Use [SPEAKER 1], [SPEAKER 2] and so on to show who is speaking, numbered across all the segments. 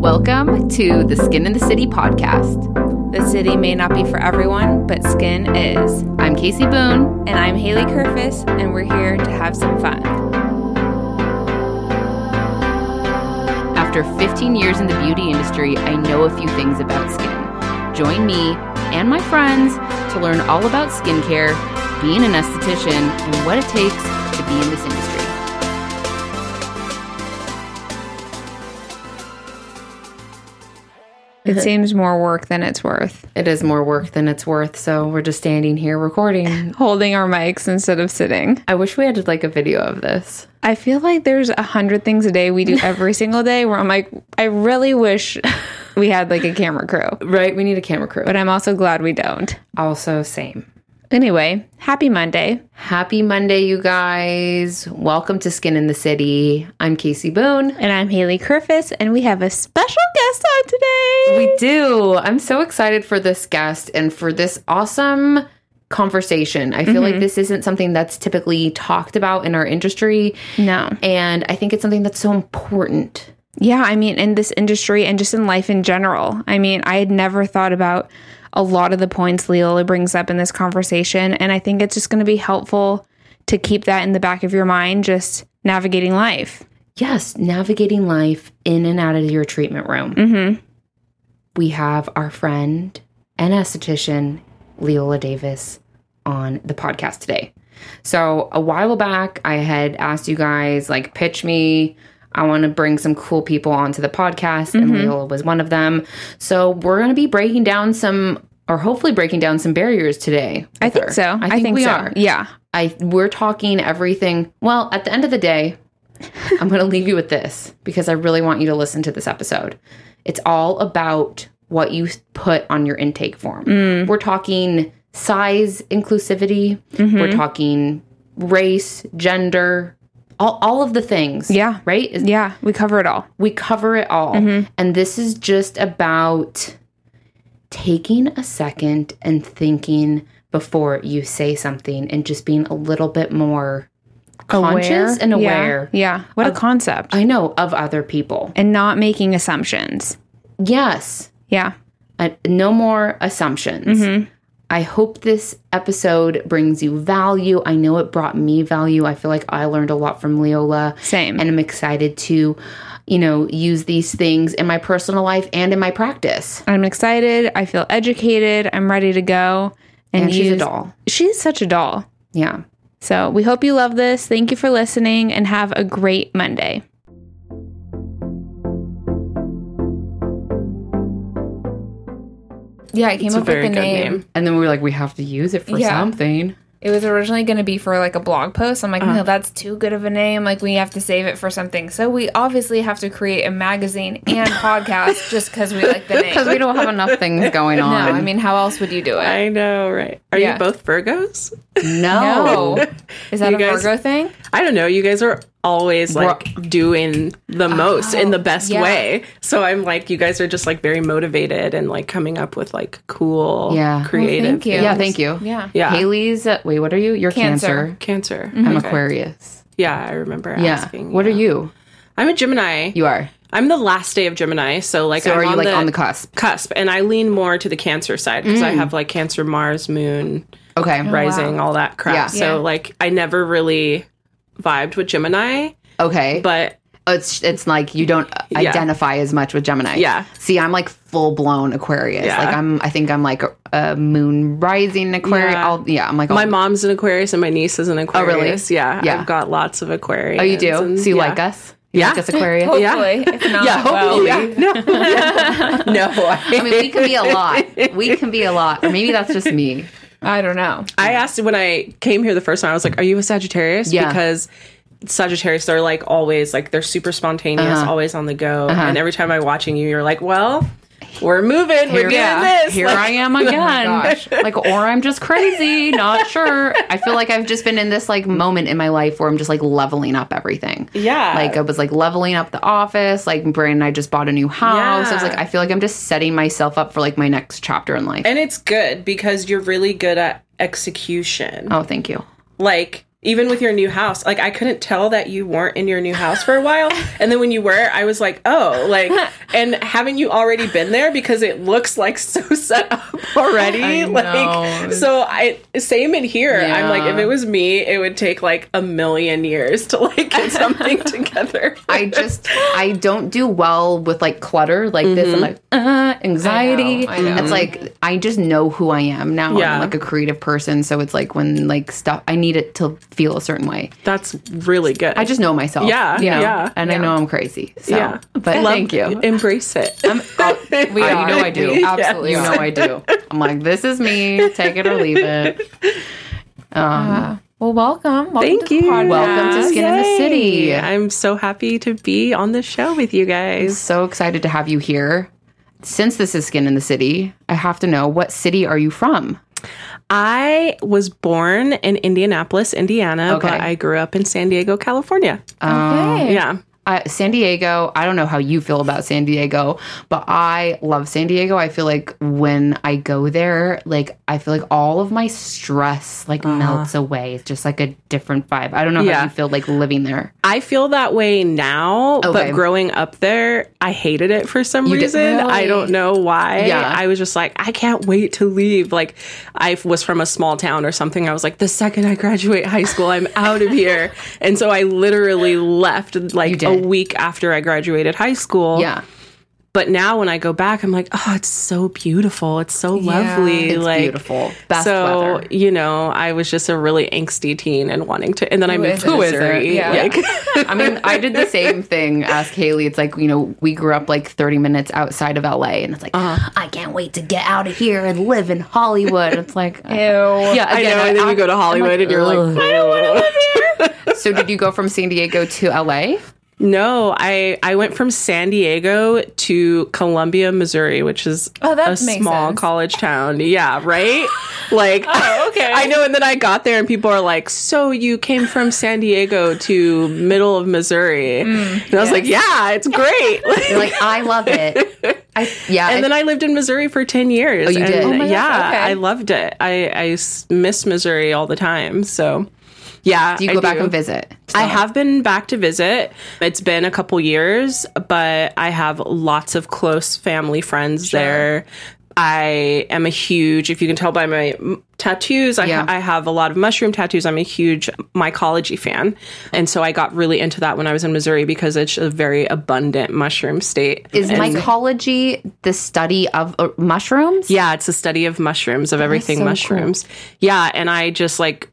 [SPEAKER 1] Welcome to the Skin in the City podcast.
[SPEAKER 2] The city may not be for everyone, but skin is.
[SPEAKER 1] I'm Casey Boone.
[SPEAKER 2] And I'm Haley Kerfis, and we're here to have some fun.
[SPEAKER 1] After 15 years in the beauty industry, I know a few things about skin. Join me and my friends to learn all about skincare, being an esthetician, and what it takes to be in this industry.
[SPEAKER 2] It seems more work than it's worth.
[SPEAKER 1] It is more work than it's worth, so we're just standing here recording.
[SPEAKER 2] Holding our mics instead of sitting.
[SPEAKER 1] I wish we had like a video of this.
[SPEAKER 2] I feel like there's a hundred things a day we do every single day where I'm like, I really wish we had like a camera crew,
[SPEAKER 1] Right? We need a camera crew.
[SPEAKER 2] but I'm also glad we don't.
[SPEAKER 1] Also, same.
[SPEAKER 2] Anyway, happy Monday.
[SPEAKER 1] Happy Monday, you guys. Welcome to Skin in the City. I'm Casey Boone.
[SPEAKER 2] And I'm Haley Kerfis, and we have a special guest on today.
[SPEAKER 1] We do. I'm so excited for this guest and for this awesome conversation. I feel like this isn't something that's typically talked about in our industry.
[SPEAKER 2] No.
[SPEAKER 1] And I think it's something that's so important.
[SPEAKER 2] Yeah, I mean, in this industry and just in life in general. I mean, I had never thought about a lot of the points Leola brings up in this conversation. And I think it's just going to be helpful to keep that in the back of your mind, just navigating life.
[SPEAKER 1] Yes, navigating life in and out of your treatment room.
[SPEAKER 2] Mm-hmm.
[SPEAKER 1] We have our friend and esthetician, Leola Davis, on the podcast today. So, a while back, I had asked you guys, like, pitch me. I want to bring some cool people onto the podcast,
[SPEAKER 2] Mm-hmm.
[SPEAKER 1] and Leola was one of them. So, we're going to be breaking down some, or hopefully breaking down some barriers today.
[SPEAKER 2] I
[SPEAKER 1] with
[SPEAKER 2] think
[SPEAKER 1] her.
[SPEAKER 2] so.
[SPEAKER 1] I think, we
[SPEAKER 2] so.
[SPEAKER 1] are.
[SPEAKER 2] Yeah.
[SPEAKER 1] I we're talking everything. Well, at the end of the day, I'm going to leave you with this because I really want you to listen to this episode. It's all about what you put on your intake form. We're talking size inclusivity. We're talking race, gender, all, all of the things.
[SPEAKER 2] Yeah.
[SPEAKER 1] Right? Is-
[SPEAKER 2] Yeah. We cover it all.
[SPEAKER 1] we cover it all.
[SPEAKER 2] Mm-hmm.
[SPEAKER 1] And this is just about taking a second and thinking before you say something and just being a little bit more conscious and
[SPEAKER 2] Yeah.
[SPEAKER 1] aware.
[SPEAKER 2] Yeah. What a concept.
[SPEAKER 1] I know of other people.
[SPEAKER 2] and not making assumptions.
[SPEAKER 1] Yes,
[SPEAKER 2] Yeah.
[SPEAKER 1] I- no more assumptions.
[SPEAKER 2] Mm-hmm.
[SPEAKER 1] I hope this episode brings you value. I know it brought me value. I feel like I learned a lot from Leola.
[SPEAKER 2] Same.
[SPEAKER 1] and I'm excited to, you know, use these things in my personal life and in my practice.
[SPEAKER 2] I'm excited. I feel educated. I'm ready to go. And,
[SPEAKER 1] And she's a
[SPEAKER 2] use-
[SPEAKER 1] doll.
[SPEAKER 2] She's such a doll.
[SPEAKER 1] Yeah.
[SPEAKER 2] So we hope you love this. Thank you for listening and have a great Monday.
[SPEAKER 1] Yeah, I came
[SPEAKER 2] up with very the good name. name.
[SPEAKER 1] And then we were like, we have to use it for
[SPEAKER 2] Yeah.
[SPEAKER 1] something.
[SPEAKER 2] It was originally going to be for like a blog post. I'm like, no, that's too good of a name. Like, we have to save it for something. So we obviously have to create a magazine and podcast just because we like the name.
[SPEAKER 1] Because we don't have enough things going
[SPEAKER 2] no, I
[SPEAKER 1] on.
[SPEAKER 2] mean, how else would you do it?
[SPEAKER 3] I know, right? Are
[SPEAKER 2] Yeah.
[SPEAKER 3] you both Virgos?
[SPEAKER 1] no.
[SPEAKER 2] No. Is that
[SPEAKER 3] You
[SPEAKER 2] a
[SPEAKER 3] guys-
[SPEAKER 2] Virgo thing? Oh,
[SPEAKER 3] I don't know. You guys are always
[SPEAKER 1] We're-
[SPEAKER 3] like doing the most in
[SPEAKER 1] oh,
[SPEAKER 3] the best
[SPEAKER 2] yeah.
[SPEAKER 3] way. So I'm like, you guys are just like very motivated and like coming up with like cool,
[SPEAKER 1] Yeah. Well,
[SPEAKER 3] creative.
[SPEAKER 2] you.
[SPEAKER 1] Yeah, thank you.
[SPEAKER 2] Yeah.
[SPEAKER 3] Yeah.
[SPEAKER 1] Haley's, uh, wait, what are you? You're Cancer.
[SPEAKER 2] Cancer.
[SPEAKER 3] Cancer.
[SPEAKER 1] I'm
[SPEAKER 3] Okay.
[SPEAKER 1] Aquarius.
[SPEAKER 3] Yeah, I remember
[SPEAKER 1] Yeah.
[SPEAKER 3] asking.
[SPEAKER 1] What
[SPEAKER 3] yeah.
[SPEAKER 1] are you?
[SPEAKER 3] I'm a Gemini.
[SPEAKER 1] You are.
[SPEAKER 3] I'm the last day of Gemini, so like
[SPEAKER 1] So
[SPEAKER 3] I'm
[SPEAKER 1] are you
[SPEAKER 3] on
[SPEAKER 1] like
[SPEAKER 3] the
[SPEAKER 1] on the Mm. cusp?
[SPEAKER 3] cusp, and I lean more to the Cancer side because I have like Cancer, Mars, Moon,
[SPEAKER 1] Okay.
[SPEAKER 3] Rising, all that crap.
[SPEAKER 1] Oh, Yeah.
[SPEAKER 3] So
[SPEAKER 2] Yeah.
[SPEAKER 3] like I never really vibed with Gemini,
[SPEAKER 1] Okay. But
[SPEAKER 3] but
[SPEAKER 1] it's it's like you don't
[SPEAKER 3] Yeah.
[SPEAKER 1] identify as much with Gemini.
[SPEAKER 3] Yeah.
[SPEAKER 1] See, I'm like full blown Aquarius.
[SPEAKER 3] Yeah.
[SPEAKER 1] Like I'm I think I'm like a, a moon rising Aquarius.
[SPEAKER 3] Yeah.
[SPEAKER 1] I'll, yeah I'm like
[SPEAKER 3] My
[SPEAKER 1] all-
[SPEAKER 3] mom's an Aquarius and my niece is an Aquarius. Yeah,
[SPEAKER 1] Oh, Yeah.
[SPEAKER 3] I've got lots of Aquarius.
[SPEAKER 1] Oh, you do? so you like us? You
[SPEAKER 3] Yeah.
[SPEAKER 1] like us Aquarius?
[SPEAKER 2] Hopefully.
[SPEAKER 3] Yeah.
[SPEAKER 2] If not,
[SPEAKER 1] yeah,
[SPEAKER 2] well,
[SPEAKER 1] hopefully. No. I mean, we can be a lot. We can be a lot. Or maybe that's just me.
[SPEAKER 2] I don't know.
[SPEAKER 3] I asked when I came here the first time, I was like, Are you a Sagittarius?
[SPEAKER 1] Yeah.
[SPEAKER 3] Because Sagittarius, they're like always like they're super spontaneous,
[SPEAKER 1] Uh-huh.
[SPEAKER 3] always on the go. And every time I'm watching you, you're like, Well, we're moving, we're doing
[SPEAKER 1] yeah.
[SPEAKER 3] this.
[SPEAKER 1] Here
[SPEAKER 3] Like, oh
[SPEAKER 1] I am again. Like, or I'm just crazy, not sure. I feel like I've just been in this like moment in my life where I'm just like leveling up everything.
[SPEAKER 3] Yeah.
[SPEAKER 1] Like I was like leveling up the office. Like Brandon and I just bought a new house. I was
[SPEAKER 3] Yeah.
[SPEAKER 1] like, I feel like I'm just setting myself up for like my next chapter in life.
[SPEAKER 3] and it's good because you're really good at execution.
[SPEAKER 1] oh, thank you.
[SPEAKER 3] Like even with your new house, like I couldn't tell that you weren't in your new house for a while. And then when you were, I was like, oh, like, and haven't you already been there? Because it looks like so set up already.
[SPEAKER 1] I know.
[SPEAKER 3] Like, so I, same in here. I'm like,
[SPEAKER 1] Yeah.
[SPEAKER 3] if it was me, it would take like a million years to like get something together.
[SPEAKER 1] I just I don't do well with like clutter like this.
[SPEAKER 3] Mm-hmm.
[SPEAKER 1] I'm like uh, anxiety.
[SPEAKER 4] I know, I know.
[SPEAKER 1] It's like I just know who I am now.
[SPEAKER 3] Yeah.
[SPEAKER 1] I'm like a creative person, so it's like when like stuff I need it to feel a certain way.
[SPEAKER 3] That's really good.
[SPEAKER 1] I just know myself.
[SPEAKER 3] Yeah,
[SPEAKER 1] you know,
[SPEAKER 3] yeah,
[SPEAKER 1] and I know I'm crazy. So,
[SPEAKER 3] Yeah.
[SPEAKER 1] but
[SPEAKER 3] Love-
[SPEAKER 1] thank you.
[SPEAKER 3] Embrace it.
[SPEAKER 4] We
[SPEAKER 1] Oh,
[SPEAKER 4] are.
[SPEAKER 1] You know I do.
[SPEAKER 4] We
[SPEAKER 1] Absolutely,
[SPEAKER 4] are.
[SPEAKER 1] you know I do. I'm like, this is me. Take it or leave it. Um,
[SPEAKER 4] Well, welcome. welcome
[SPEAKER 3] Thank
[SPEAKER 4] to
[SPEAKER 3] you.
[SPEAKER 4] The podcast.
[SPEAKER 1] Welcome to Skin in the City.
[SPEAKER 3] I'm so happy to be on the show with you guys.
[SPEAKER 1] So excited to have you here. Since this is Skin in the City, I have to know what city are you from?
[SPEAKER 3] I was born in Indianapolis, Indiana, but
[SPEAKER 1] Okay.
[SPEAKER 3] I grew up in San Diego, California.
[SPEAKER 4] Okay.
[SPEAKER 3] yeah.
[SPEAKER 1] uh, San Diego. I don't know how you feel about San Diego, but I love San Diego. I feel like when I go there, like I feel like all of my stress like melts away. It's just like a different vibe. I don't know
[SPEAKER 3] Uh-huh. Yeah.
[SPEAKER 1] how you feel like living there.
[SPEAKER 3] I feel that way now,
[SPEAKER 1] Okay.
[SPEAKER 3] but growing up there, I hated it for some
[SPEAKER 1] did-
[SPEAKER 3] reason. I don't know why.
[SPEAKER 1] Yeah.
[SPEAKER 3] I was just like, I can't wait to leave. Like, I f- was from a small town or something. I was like, the second I graduate high school, I'm out of here. And so I literally left like a
[SPEAKER 1] did.
[SPEAKER 3] week after I graduated high school.
[SPEAKER 1] Yeah,
[SPEAKER 3] But now when I go back, I'm like, oh, it's so beautiful. It's so lovely.
[SPEAKER 1] it's
[SPEAKER 3] like,
[SPEAKER 1] beautiful. Best
[SPEAKER 3] so
[SPEAKER 1] weather.
[SPEAKER 3] you know, I was just a really angsty teen and wanting to, and then I
[SPEAKER 4] Who
[SPEAKER 3] moved to
[SPEAKER 4] isn't? Who isn't?
[SPEAKER 3] Missouri.
[SPEAKER 4] Yeah.
[SPEAKER 3] Like,
[SPEAKER 1] I mean, I did the same thing. Ask Haley. It's like you know, we grew up like 30 minutes outside of LA, and it's like
[SPEAKER 3] Uh-huh.
[SPEAKER 1] I can't wait to get out of here and live in Hollywood. It's like
[SPEAKER 4] Ew.
[SPEAKER 1] yeah,
[SPEAKER 3] I know,
[SPEAKER 1] again,
[SPEAKER 3] and then you go to Hollywood and you're like, I don't want to live
[SPEAKER 1] so did you go from San Diego to LA?
[SPEAKER 3] No, I I went from San Diego to Columbia, Missouri, which is
[SPEAKER 4] Oh, that
[SPEAKER 3] a
[SPEAKER 4] makes
[SPEAKER 3] small
[SPEAKER 4] sense.
[SPEAKER 3] college town. Yeah, right. Like,
[SPEAKER 1] Oh,
[SPEAKER 4] okay.
[SPEAKER 3] I know. And then I got there, and people are like, "So you came from San Diego to middle of Missouri?"
[SPEAKER 1] Mm,
[SPEAKER 3] and I was like, "Yeah, it's great."
[SPEAKER 1] You're like, I love it. I, yeah.
[SPEAKER 3] and
[SPEAKER 1] I-
[SPEAKER 3] then I lived in Missouri for ten years.
[SPEAKER 1] Oh, you
[SPEAKER 3] and
[SPEAKER 1] did? Oh my
[SPEAKER 4] gosh,
[SPEAKER 3] yeah,
[SPEAKER 4] okay.
[SPEAKER 3] I loved it. I I s- miss Missouri all the time. So, yeah,
[SPEAKER 1] do you
[SPEAKER 3] I
[SPEAKER 1] go back and visit?
[SPEAKER 3] I have been back to visit. It's been a couple years, but I have lots of close family friends there. I am a huge, if you can tell by my mm, tattoos, I,
[SPEAKER 1] Yeah.
[SPEAKER 3] I have a lot of mushroom tattoos. I'm a huge mycology fan. And so I got really into that when I was in Missouri because it's a very abundant mushroom state.
[SPEAKER 1] Is mycology the study of uh, mushrooms?
[SPEAKER 3] Yeah, it's a study of mushrooms, of everything
[SPEAKER 1] so cool.
[SPEAKER 3] mushrooms. Yeah, and I just like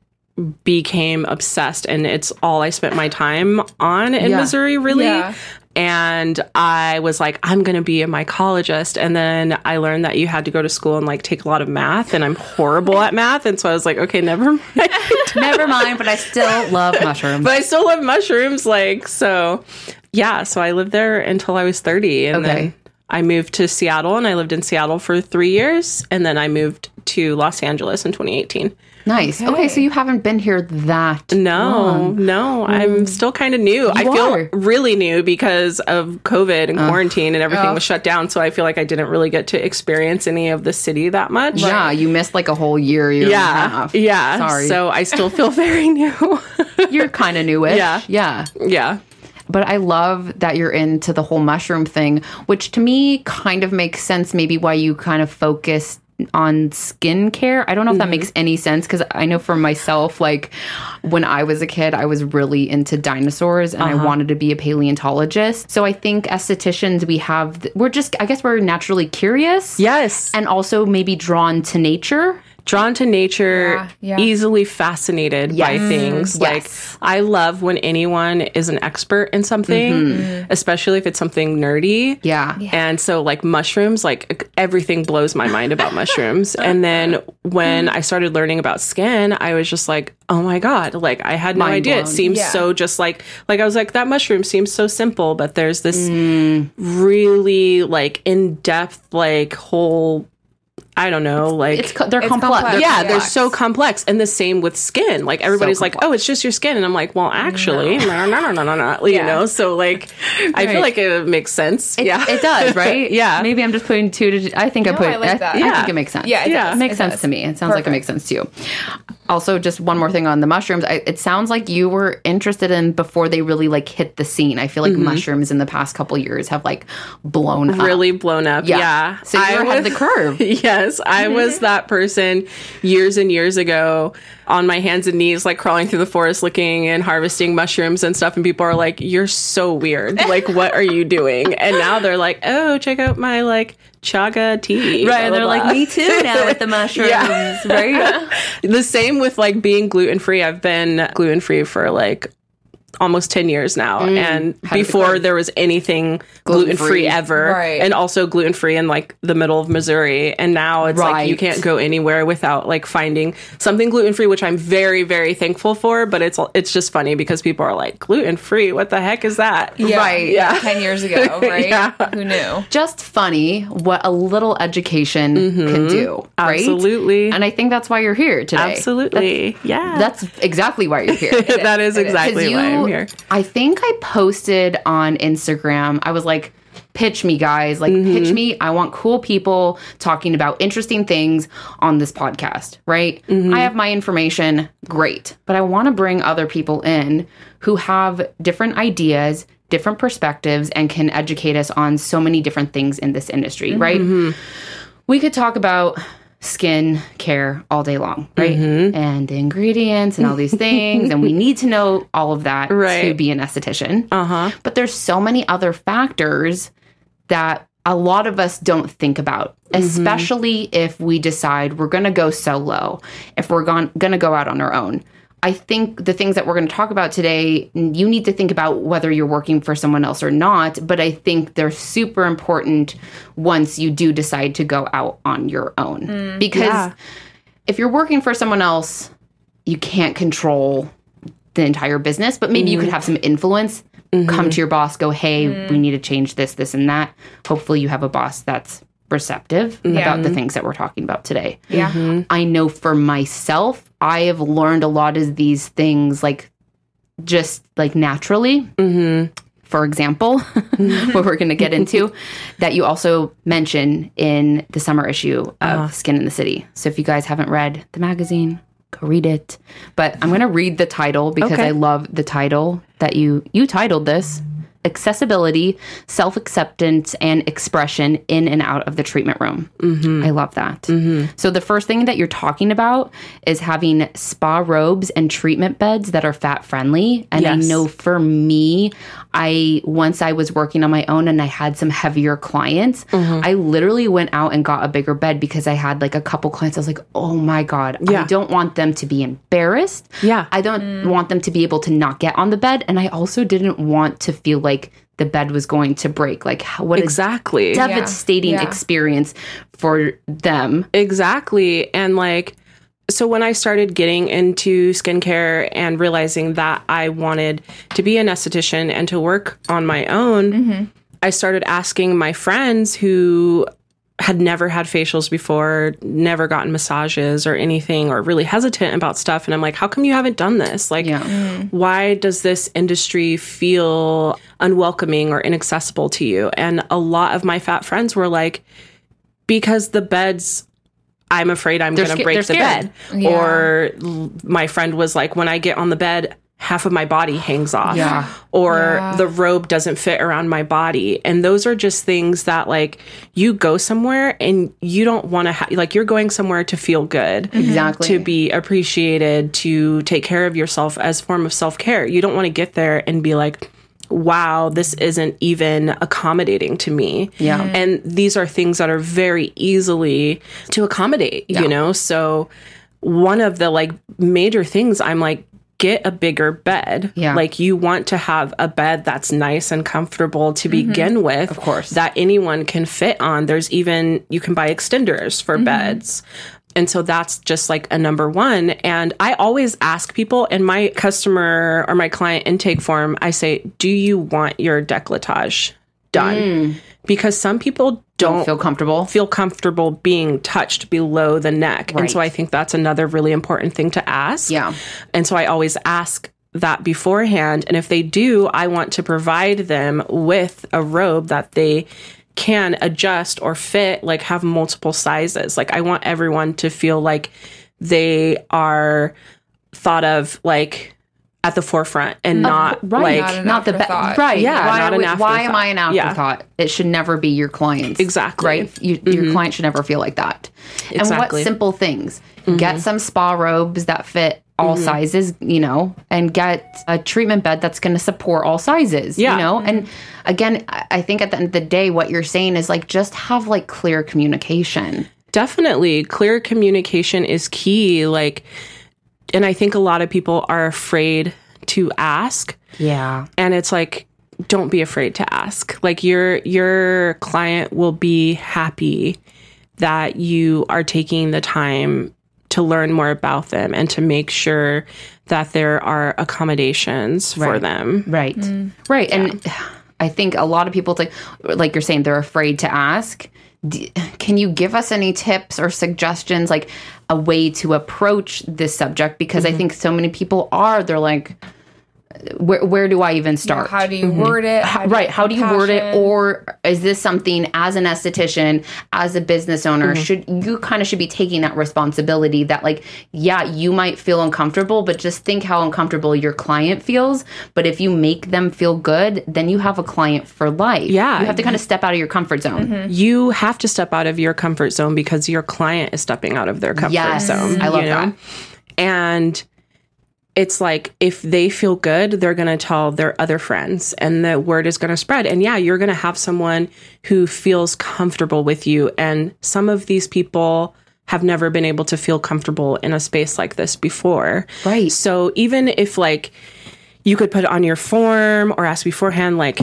[SPEAKER 3] became obsessed and it's all I spent my time on in
[SPEAKER 1] Yeah.
[SPEAKER 3] Missouri really.
[SPEAKER 4] Yeah.
[SPEAKER 3] And I was like, I'm gonna be a mycologist. And then I learned that you had to go to school and like take a lot of math and I'm horrible at math. And so I was like, okay, never mind.
[SPEAKER 1] Never mind, but I still love mushrooms.
[SPEAKER 3] But I still love mushrooms, like so yeah, so I lived there until I was thirty and
[SPEAKER 1] Okay.
[SPEAKER 3] then I moved to Seattle and I lived in Seattle for three years and then I moved to Los Angeles in twenty eighteen.
[SPEAKER 1] nice. Okay. so you haven't been here that.
[SPEAKER 3] No, no, I'm still kind of new. I feel
[SPEAKER 1] Mm. are.
[SPEAKER 3] really new because of COVID and quarantine and everything was shut down. So I feel like I didn't really get to experience any of the city that much.
[SPEAKER 1] Yeah, you missed like a whole year, year and a
[SPEAKER 3] Yeah.
[SPEAKER 1] half.
[SPEAKER 3] Yeah.
[SPEAKER 1] Sorry.
[SPEAKER 3] So I still feel very new.
[SPEAKER 1] You're kind of newish.
[SPEAKER 3] Yeah.
[SPEAKER 1] Yeah.
[SPEAKER 3] yeah.
[SPEAKER 1] But I love that you're into the whole mushroom thing, which to me kind of makes sense. Maybe why you kind of focused on skincare. I don't know if that makes any sense because I know for myself, like when I was a kid, I was really into dinosaurs and I wanted to be a paleontologist. So I think estheticians, we have, th- we're just, I guess we're naturally curious.
[SPEAKER 3] Yes.
[SPEAKER 1] And also maybe drawn to nature.
[SPEAKER 3] drawn to nature,
[SPEAKER 4] Yeah, yeah.
[SPEAKER 3] easily fascinated by things.
[SPEAKER 1] Mm-hmm.
[SPEAKER 3] Like
[SPEAKER 1] yes.
[SPEAKER 3] I love when anyone is an expert in something, especially if it's something nerdy.
[SPEAKER 1] Mm-hmm. Yeah.
[SPEAKER 3] And so like mushrooms, like e-, everything blows my mind about mushrooms. And then when
[SPEAKER 1] Mm-hmm.
[SPEAKER 3] I started learning about skin, I was just like, "Oh my god, like I had no
[SPEAKER 1] Mind
[SPEAKER 3] idea. It
[SPEAKER 1] blown.
[SPEAKER 3] seems
[SPEAKER 4] Yeah.
[SPEAKER 3] so just like like I was like that mushroom seems so simple, but there's this
[SPEAKER 1] Mm.
[SPEAKER 3] really like in-depth like whole I don't know, like
[SPEAKER 1] It's, co- they're
[SPEAKER 4] It's
[SPEAKER 1] complex.
[SPEAKER 4] complex.
[SPEAKER 1] They're-
[SPEAKER 3] yeah, they're
[SPEAKER 4] complex.
[SPEAKER 3] so complex. And the same with skin. Like everybody's like, oh, it's just your skin. And I'm like, well, actually, no, no, no, no, no, no. You
[SPEAKER 4] Yeah.
[SPEAKER 3] know, so like, I feel like it makes sense. yeah.
[SPEAKER 1] It does, right?
[SPEAKER 3] Yeah.
[SPEAKER 1] Maybe I'm just putting two to. I think I
[SPEAKER 4] No,
[SPEAKER 1] put.
[SPEAKER 4] I like that.
[SPEAKER 1] I
[SPEAKER 3] Yeah.
[SPEAKER 1] think it makes sense.
[SPEAKER 4] Yeah, it
[SPEAKER 3] Yeah.
[SPEAKER 4] does.
[SPEAKER 1] It makes
[SPEAKER 4] It
[SPEAKER 1] sense
[SPEAKER 4] does.
[SPEAKER 1] to me. It sounds like it
[SPEAKER 4] Perfect.
[SPEAKER 1] makes sense to you. Also, just one more thing on the mushrooms. I, it sounds like you were interested in before they really like hit the scene. I feel like mushrooms in the past couple years have like blown up.
[SPEAKER 3] really blown up.
[SPEAKER 1] Yeah.
[SPEAKER 3] Yeah.
[SPEAKER 1] So you were ahead of the curve.
[SPEAKER 3] Yes, I was that person years and years ago on my hands and knees, like crawling through the forest looking and harvesting mushrooms and stuff. And people are like, You're so weird. Like, what are you doing? And now they're like, Oh, check out my like chaga tea.
[SPEAKER 1] Right, and
[SPEAKER 3] blah,
[SPEAKER 1] they're
[SPEAKER 3] blah,
[SPEAKER 1] like,
[SPEAKER 3] blah.
[SPEAKER 1] me too now with the mushrooms, right?
[SPEAKER 3] the same with like being gluten free. I've been gluten free for like almost 10 years now
[SPEAKER 1] Mm.
[SPEAKER 3] and before there was anything gluten
[SPEAKER 1] Gluten-free.
[SPEAKER 3] free ever
[SPEAKER 4] Right.
[SPEAKER 3] and also gluten free in like the middle of Missouri and now it's like you
[SPEAKER 1] Right.
[SPEAKER 3] can't go anywhere without like finding something gluten free which I'm very very thankful for but it's it's just funny because people are like gluten free what the heck is that
[SPEAKER 4] Yeah,
[SPEAKER 1] Right.
[SPEAKER 4] Yeah. Ten years ago, right?
[SPEAKER 3] Yeah.
[SPEAKER 4] Who knew?
[SPEAKER 1] Just funny what a little education can do, right?
[SPEAKER 3] Absolutely.
[SPEAKER 1] And I think that's why you're here today.
[SPEAKER 3] absolutely yeah
[SPEAKER 1] That's exactly why you're here.
[SPEAKER 3] that is exactly
[SPEAKER 1] 'Cause
[SPEAKER 3] why I'm
[SPEAKER 1] you-
[SPEAKER 3] here
[SPEAKER 1] I think I posted on Instagram. I was like, pitch me, guys. Like,
[SPEAKER 3] Mm-hmm.
[SPEAKER 1] pitch me. I want cool people talking about interesting things on this podcast, right?
[SPEAKER 3] Mm-hmm.
[SPEAKER 1] I have my information. Great. But I want to bring other people in who have different ideas. Different perspectives and can educate us on so many different things in this industry,
[SPEAKER 3] Mm-hmm.
[SPEAKER 1] right? we could talk about skin care all day long, right? And the ingredients and all these things. and we need to know all of that to
[SPEAKER 3] Right.
[SPEAKER 1] be an esthetician.
[SPEAKER 3] uh-huh
[SPEAKER 1] But there's so many other factors that a lot of us don't think about, especially if we decide we're going to go solo, if we're going to go out on our own. I think the things that we're going to talk about today, you need to think about whether you're working for someone else or not, but I think they're super important once you do decide to go out on your own. because if you're working for someone else, you can't control the entire business, but maybe you could have some influence. Come to your boss, go, hey, we need to change this, this, and that. Hopefully, you have a boss that's receptive about the things that we're talking about today.
[SPEAKER 4] Yeah.
[SPEAKER 1] I know for myself, I have learned a lot of these things, like just like naturally. Mm-hmm. For example, what we're going to get into, that you also mention in the summer issue of Skin in the City. So if you guys haven't read the magazine, go read it. But I'm going to read the title because
[SPEAKER 3] Okay.
[SPEAKER 1] I love the title that you you titled this. Accessibility, self acceptance, and expression in and out of the treatment room.
[SPEAKER 3] Mm-hmm.
[SPEAKER 1] I love that. So, the first thing that you're talking about is having spa robes and treatment beds that are fat friendly. And I
[SPEAKER 3] Yes.
[SPEAKER 1] know for me, I once I was working on my own and I had some heavier clients,
[SPEAKER 3] Mm-hmm.
[SPEAKER 1] I literally went out and got a bigger bed because I had like a couple clients. I was like, oh my God, I
[SPEAKER 3] Yeah. Mm.
[SPEAKER 1] don't want them to be embarrassed.
[SPEAKER 3] Yeah.
[SPEAKER 1] I don't want them to be able to not get on the bed. And I also didn't want to feel like the bed was going to break. Like, how- what a
[SPEAKER 3] exactly
[SPEAKER 1] devastating
[SPEAKER 4] Yeah.
[SPEAKER 1] experience for them.
[SPEAKER 3] Exactly. And like, so when I started getting into skincare and realizing that I wanted to be an esthetician and to work on my own, I started asking my friends who had never had facials before, never gotten massages or anything, or really hesitant about stuff. And I'm like, how come you haven't done this? Like,
[SPEAKER 1] Yeah.
[SPEAKER 3] why does this industry feel unwelcoming or inaccessible to you? And a lot of my fat friends were like, because the beds I'm afraid I'm
[SPEAKER 1] They're
[SPEAKER 3] going
[SPEAKER 1] sca- they're
[SPEAKER 3] to break the
[SPEAKER 1] scared.
[SPEAKER 3] bed. Or l- my friend was like, when I get on the bed, half of my body hangs off.
[SPEAKER 1] Yeah.
[SPEAKER 3] Or the robe doesn't fit around my body. And those are just things that, like, you go somewhere and you don't want to, ha- like, you're going somewhere to feel good.
[SPEAKER 1] Mm-hmm. Exactly.
[SPEAKER 3] To be appreciated, to take care of yourself as form of self care. You don't want to get there and be like, wow, this isn't even accommodating to me.
[SPEAKER 1] Yeah.
[SPEAKER 3] And these are things that are very easily to accommodate, you know? So one of the like major things I'm like, get a bigger bed.
[SPEAKER 1] Yeah.
[SPEAKER 3] Like you want to have a bed that's nice and comfortable to begin with. Of
[SPEAKER 1] course.
[SPEAKER 3] That anyone can fit on. There's even you can buy extenders for beds. And so that's just like a number one. And I always ask people in my customer or my client intake form, I say, Do you want your decolletage done? Because some people don't
[SPEAKER 1] feel comfortable.
[SPEAKER 3] feel comfortable being touched below the neck. And so
[SPEAKER 1] Right.
[SPEAKER 3] I think that's another really important thing to ask.
[SPEAKER 1] Yeah.
[SPEAKER 3] And so I always ask that beforehand. And if they do, I want to provide them with a robe that they can adjust or fit, like have multiple sizes. Like I want everyone to feel like they are thought of like at the forefront and not
[SPEAKER 1] right,
[SPEAKER 3] like
[SPEAKER 1] not,
[SPEAKER 4] an
[SPEAKER 1] the be-
[SPEAKER 4] afterthought.
[SPEAKER 1] right.
[SPEAKER 3] Yeah,
[SPEAKER 1] why,
[SPEAKER 3] not
[SPEAKER 1] are
[SPEAKER 3] an
[SPEAKER 1] we- why am I an
[SPEAKER 3] afterthought. Yeah.
[SPEAKER 1] afterthought? It should never be your clients.
[SPEAKER 3] Exactly.
[SPEAKER 1] right. You, Your client should never feel like that. And what
[SPEAKER 3] Exactly.
[SPEAKER 1] simple things? Get some spa robes that fit all sizes, you know, and get a treatment bed that's going to support all sizes,
[SPEAKER 3] Yeah.
[SPEAKER 1] you know. And again, I I think at the end of the day, what you're saying is like just have like clear communication.
[SPEAKER 3] Definitely. Clear communication is key. Like, and I think a lot of people are afraid to ask.
[SPEAKER 1] Yeah.
[SPEAKER 3] And it's like, don't be afraid to ask. Like your your client will be happy that you are taking the time to learn more about them and to make sure that there are accommodations for
[SPEAKER 1] Right.
[SPEAKER 3] them.
[SPEAKER 1] Right. Right. And I think a lot of people think, like you're saying, they're afraid to ask. D- can you give us any tips or suggestions, like a way to approach this subject? Because I think so many people are, they're like, where, where do I even start?
[SPEAKER 4] How do you word it? How
[SPEAKER 1] Mm-hmm. right. How do you word it? Or is this something as an esthetician, as a business owner, should you kind of should be taking that responsibility that like, yeah, you might feel uncomfortable, but just think how uncomfortable your client feels. But if you make them feel good, then you have a client for life.
[SPEAKER 3] Yeah.
[SPEAKER 1] You Mm-hmm. have to kind of step out of your comfort zone.
[SPEAKER 3] You have to step out of your comfort zone because your client is stepping out of their comfort
[SPEAKER 1] Yes. Mm-hmm.
[SPEAKER 3] zone.
[SPEAKER 1] I love
[SPEAKER 3] you know?
[SPEAKER 1] that.
[SPEAKER 3] and it's like if they feel good they're going to tell their other friends and the word is going to spread and yeah you're going to have someone who feels comfortable with you and some of these people have never been able to feel comfortable in a space like this before
[SPEAKER 1] Right.
[SPEAKER 3] so even if like you could put it on your form or ask beforehand like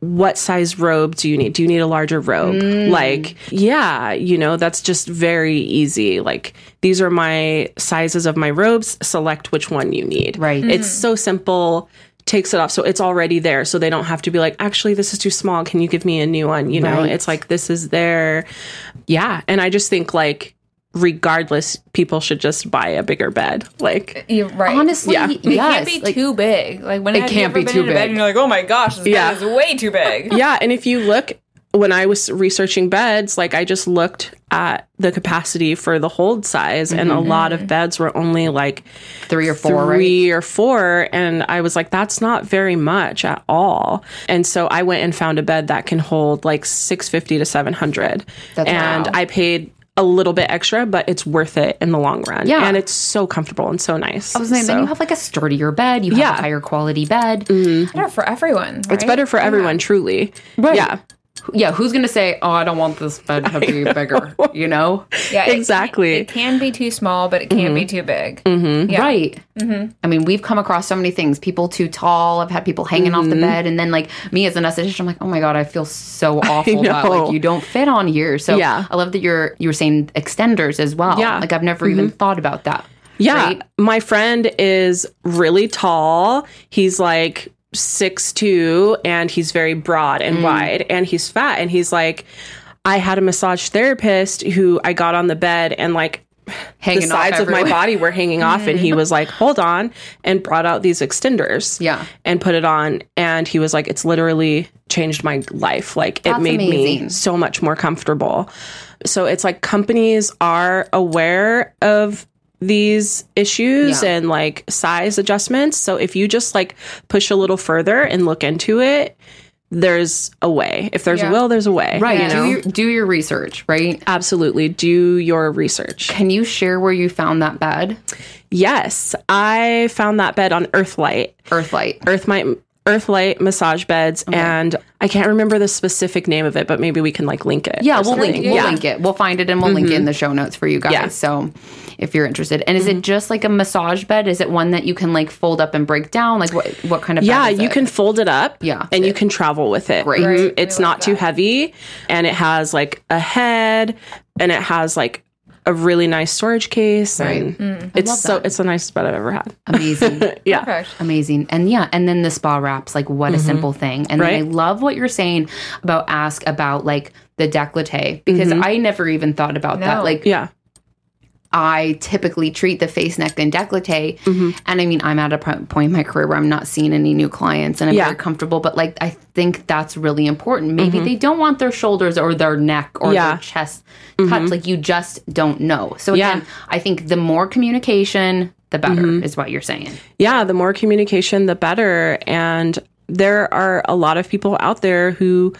[SPEAKER 3] what size robe do you need do you need a larger robe
[SPEAKER 1] Mm.
[SPEAKER 3] like yeah you know that's just very easy like these are my sizes of my robes select which one you need
[SPEAKER 1] Right. Mm.
[SPEAKER 3] it's so simple takes it off so it's already there so they don't have to be like actually this is too small can you give me a new one you know
[SPEAKER 1] Right.
[SPEAKER 3] it's like this is there yeah and i just think like regardless people should just buy a bigger bed like
[SPEAKER 4] You, right.
[SPEAKER 1] Honestly,
[SPEAKER 3] Yeah.
[SPEAKER 1] yes.
[SPEAKER 4] It can't be
[SPEAKER 1] like-
[SPEAKER 4] too big. Like when it
[SPEAKER 1] can't be too
[SPEAKER 4] in a bed
[SPEAKER 1] big. Mm-hmm.
[SPEAKER 4] and you're like, oh my gosh, this
[SPEAKER 3] Yeah.
[SPEAKER 4] bed is way too big.
[SPEAKER 3] yeah and if you look when i was researching beds like i just looked at the capacity for the hold size and a lot of beds were only like
[SPEAKER 1] three or Mm-hmm. four, right?
[SPEAKER 3] three or four and i was like that's not very much at all and so i went and found a bed that can hold like 650 to 700
[SPEAKER 1] That's
[SPEAKER 3] and
[SPEAKER 1] wow.
[SPEAKER 3] i paid a little bit extra but it's worth it in the long run
[SPEAKER 1] Yeah.
[SPEAKER 3] and it's so comfortable and so nice
[SPEAKER 1] I was saying, then
[SPEAKER 3] So-
[SPEAKER 1] you have like a sturdier bed, you have
[SPEAKER 3] Yeah.
[SPEAKER 1] a higher quality bed.
[SPEAKER 4] better for everyone.
[SPEAKER 3] it's better for everyone truly right yeah
[SPEAKER 1] Yeah, who's gonna say, Oh, I don't want this bed to be bigger, you know?
[SPEAKER 4] Yeah, it-
[SPEAKER 3] exactly
[SPEAKER 4] It can be too small, but it
[SPEAKER 1] Mm-hmm.
[SPEAKER 4] can't be too big. Yeah.
[SPEAKER 1] Right.
[SPEAKER 3] Mm-hmm.
[SPEAKER 1] I mean, we've come across so many things. People too tall. I've had people hanging off the
[SPEAKER 3] Mm-hmm.
[SPEAKER 1] bed, and then like me as an esthetician, I'm like, oh my god, I feel so awful that
[SPEAKER 3] know.
[SPEAKER 1] like you don't fit on here. So
[SPEAKER 3] Yeah.
[SPEAKER 1] I love that you're you were saying extenders as well.
[SPEAKER 3] Yeah. Mm-hmm.
[SPEAKER 1] like I've never even thought about that.
[SPEAKER 3] Yeah.
[SPEAKER 1] right?
[SPEAKER 3] My friend is really tall. He's like six two and he's very broad
[SPEAKER 1] Mm.
[SPEAKER 3] and wide and he's fat. And he's like, I had a massage therapist who I got on the bed and like
[SPEAKER 1] Hanging
[SPEAKER 3] the sides
[SPEAKER 1] off
[SPEAKER 3] of my
[SPEAKER 1] everywhere. Mm.
[SPEAKER 3] body were hanging off and he was like, Hold on and brought out these extenders.
[SPEAKER 1] Yeah.
[SPEAKER 3] And put it on. And he was like, It's literally changed my life. Like it
[SPEAKER 1] That's
[SPEAKER 3] made me
[SPEAKER 1] amazing.
[SPEAKER 3] so much more comfortable. So it's like companies are aware of these issues
[SPEAKER 1] Yeah.
[SPEAKER 3] and like size adjustments. So if you just like push a little further and look into it, there's a way. If there's a
[SPEAKER 4] Yeah.
[SPEAKER 3] will, there's a way.
[SPEAKER 1] Right.
[SPEAKER 3] You know?
[SPEAKER 1] Do your do your research. Right.
[SPEAKER 3] Absolutely. Do your research.
[SPEAKER 1] Can you share where you found that bed?
[SPEAKER 3] Yes, I found that bed on Earthlight.
[SPEAKER 1] Earthlight.
[SPEAKER 3] Earthlight Earthlight massage beds and I can't remember the specific name of it, but maybe we can like link it.
[SPEAKER 1] Yeah,
[SPEAKER 3] or
[SPEAKER 1] we'll
[SPEAKER 3] something.
[SPEAKER 1] link, we'll
[SPEAKER 3] Yeah. Mm-hmm.
[SPEAKER 1] link it. We'll find it and we'll link it in the show notes for you guys. So if you're interested. And is it just like a massage bed? Is it one that you can like fold up and break down? Like what what kind of bed
[SPEAKER 3] Yeah,
[SPEAKER 1] is
[SPEAKER 3] you
[SPEAKER 1] it?
[SPEAKER 3] can fold it up.
[SPEAKER 1] Yeah.
[SPEAKER 3] And you can travel with it.
[SPEAKER 1] Great.
[SPEAKER 3] Mhm.
[SPEAKER 1] Great.
[SPEAKER 3] It's not too heavy. And it has like a head and it has like a really nice storage case. And
[SPEAKER 1] Mm.
[SPEAKER 3] it's so it's the nicest bed I've ever had.
[SPEAKER 1] amazing.
[SPEAKER 3] Yeah. Mm-hmm.
[SPEAKER 4] Perfect.
[SPEAKER 1] Amazing. And yeah, and then the spa wraps, like what a simple thing. And
[SPEAKER 3] Right.
[SPEAKER 1] then I love what you're saying about
[SPEAKER 3] Mm-hmm.
[SPEAKER 1] ask about like the decollete because I never even thought about that.
[SPEAKER 4] No.
[SPEAKER 1] Like
[SPEAKER 3] Yeah.
[SPEAKER 1] I typically treat the face, neck, and decollete.
[SPEAKER 3] Mm-hmm.
[SPEAKER 1] And I mean, I'm at a po- point in my career where I'm not seeing any new clients and I'm
[SPEAKER 3] Yeah.
[SPEAKER 1] very comfortable, but like, I think that's really important. Maybe they don't want their shoulders or their neck or
[SPEAKER 3] Mm-hmm. Yeah. Mm-hmm.
[SPEAKER 1] their chest touched. Like, you just don't know. So,
[SPEAKER 3] Yeah. Mm-hmm.
[SPEAKER 1] again, I think the more communication, the better is what you're saying.
[SPEAKER 3] yeah, the more communication, the better. And there are a lot of people out there who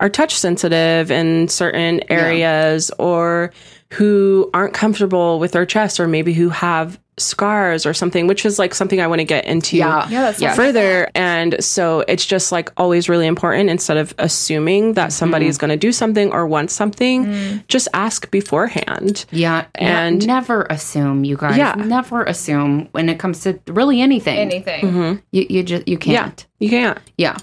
[SPEAKER 3] are touch sensitive in certain areas or who aren't comfortable with their chest or maybe who have scars or something, which is like something I want to get into
[SPEAKER 4] Yeah, that's
[SPEAKER 1] yeah.
[SPEAKER 3] further. And so it's just like always really important instead of assuming that somebody is going to do something or want something, just ask beforehand.
[SPEAKER 1] Yeah, and
[SPEAKER 3] And-
[SPEAKER 1] never assume, you guys.
[SPEAKER 3] Yeah.
[SPEAKER 1] never assume when it comes to really anything.
[SPEAKER 4] anything.
[SPEAKER 1] Mm-hmm. you you just you
[SPEAKER 3] Yeah.
[SPEAKER 1] can't.
[SPEAKER 3] You can't.
[SPEAKER 1] Yeah.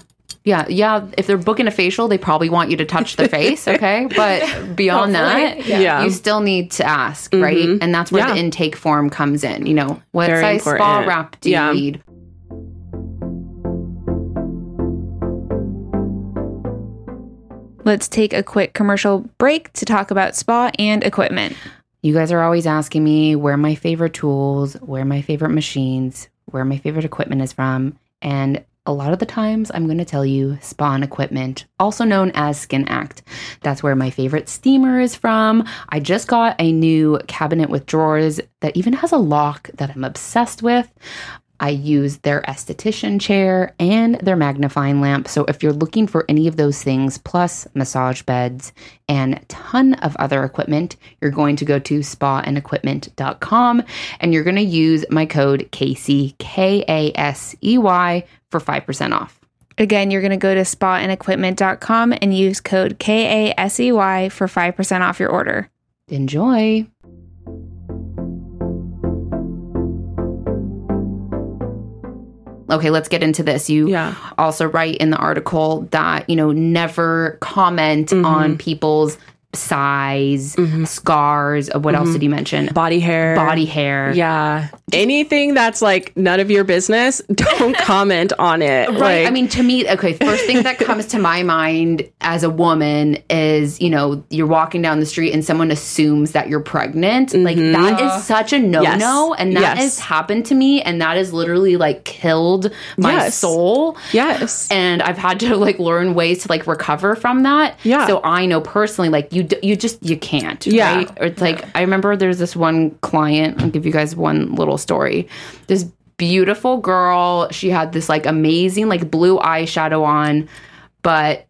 [SPEAKER 1] yeah, yeah, If they're booking a facial, they probably want you to touch the face, okay? But beyond that,
[SPEAKER 4] Hopefully,
[SPEAKER 3] yeah. Mm-hmm.
[SPEAKER 1] you still need to ask, right? And that's where
[SPEAKER 3] Yeah.
[SPEAKER 1] the intake form comes in. You know, what
[SPEAKER 3] Very
[SPEAKER 1] size spa
[SPEAKER 3] important.
[SPEAKER 1] wrap do
[SPEAKER 3] Yeah.
[SPEAKER 1] you need?
[SPEAKER 2] Let's take a quick commercial break to talk about spa and equipment.
[SPEAKER 1] You guys are always asking me where my favorite tools, where my favorite machines, where my favorite equipment is from. And a lot of the times I'm going to tell you Spawn Equipment, also known as Skin Act. That's where my favorite steamer is from. I just got a new cabinet with drawers that even has a lock that I'm obsessed with. I use their esthetician chair and their magnifying lamp. So if you're looking for any of those things, plus massage beds and a ton of other equipment, you're going to go to spaandequipment.com and you're going to use my code KCKASEY E for 5% off.
[SPEAKER 2] Again, you're going to go to spaandequipment.com and use code KASEY for 5% off your order.
[SPEAKER 1] Enjoy. Okay, let's get into this. You
[SPEAKER 3] Yeah.
[SPEAKER 1] also write in the article that, you know, never comment
[SPEAKER 3] Mm-hmm.
[SPEAKER 1] on people's size, scars, uh, what else did you mention?
[SPEAKER 3] Body Mm-hmm. hair.
[SPEAKER 1] Body hair.
[SPEAKER 3] Yeah. Anything that's like none of your business, don't comment on it.
[SPEAKER 1] Right.
[SPEAKER 3] Like,
[SPEAKER 1] I mean, to me, okay, first thing that comes to my mind as a woman is, you know, you're walking down the street and someone assumes that you're pregnant. Like, that is such a no no.
[SPEAKER 3] Mm-hmm. Yes.
[SPEAKER 1] And that
[SPEAKER 3] Yes.
[SPEAKER 1] has happened to me. And that has literally like killed my
[SPEAKER 3] Yes.
[SPEAKER 1] soul.
[SPEAKER 3] yes.
[SPEAKER 1] And I've had to like learn ways to like recover from that.
[SPEAKER 3] Yeah.
[SPEAKER 1] So I know personally, like you, d- you just you can't.
[SPEAKER 3] Yeah.
[SPEAKER 1] Right? Or it's like I remember there's this one client. I'll give you guys one little story. This beautiful girl. She had this like amazing like blue eyeshadow on, but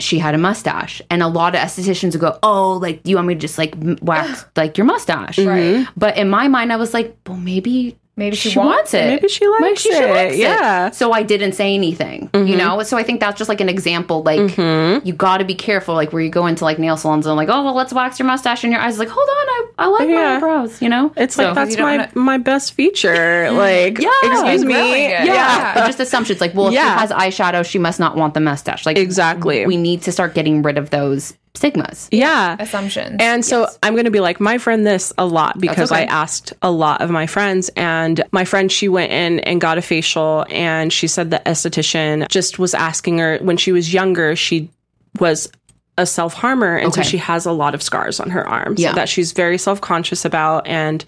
[SPEAKER 1] she had a mustache and a lot of estheticians would go oh like you want me to just like m- wax like your mustache
[SPEAKER 3] Mm-hmm.
[SPEAKER 4] Right.
[SPEAKER 1] but in my mind i was like well maybe
[SPEAKER 4] Maybe she wants it.
[SPEAKER 3] Maybe she likes
[SPEAKER 1] she
[SPEAKER 3] it.
[SPEAKER 1] likes
[SPEAKER 3] Yeah.
[SPEAKER 1] so i didn't say anything
[SPEAKER 3] Mm-hmm.
[SPEAKER 1] you know so i think that's just like an example like you got to be careful like where you go into like nail salons and like oh well let's wax your mustache and your eyes like hold on i, I like my
[SPEAKER 3] Yeah.
[SPEAKER 1] eyebrows you know
[SPEAKER 3] It's
[SPEAKER 1] So-
[SPEAKER 3] like that's
[SPEAKER 4] you don't
[SPEAKER 3] my
[SPEAKER 4] wanna-
[SPEAKER 3] my best feature. Like,
[SPEAKER 1] Yeah.
[SPEAKER 3] excuse
[SPEAKER 1] And
[SPEAKER 3] me.
[SPEAKER 4] growing it.
[SPEAKER 3] Yeah.
[SPEAKER 4] Yeah.
[SPEAKER 1] But just assumptions like well
[SPEAKER 3] Yeah.
[SPEAKER 1] if she has eyeshadow she must not want the mustache like
[SPEAKER 3] Exactly.
[SPEAKER 1] we need to start getting rid of those stigmas
[SPEAKER 3] yeah.
[SPEAKER 4] Assumptions.
[SPEAKER 3] And so I'm going to be like my friend this a lot because I asked a lot of my friends and my friend she went in and got a facial and she said the esthetician just was asking her when she was younger she was a self-harmer and
[SPEAKER 1] Okay.
[SPEAKER 3] so she has a lot of scars on her arms
[SPEAKER 1] Yeah.
[SPEAKER 3] that she's very self-conscious about and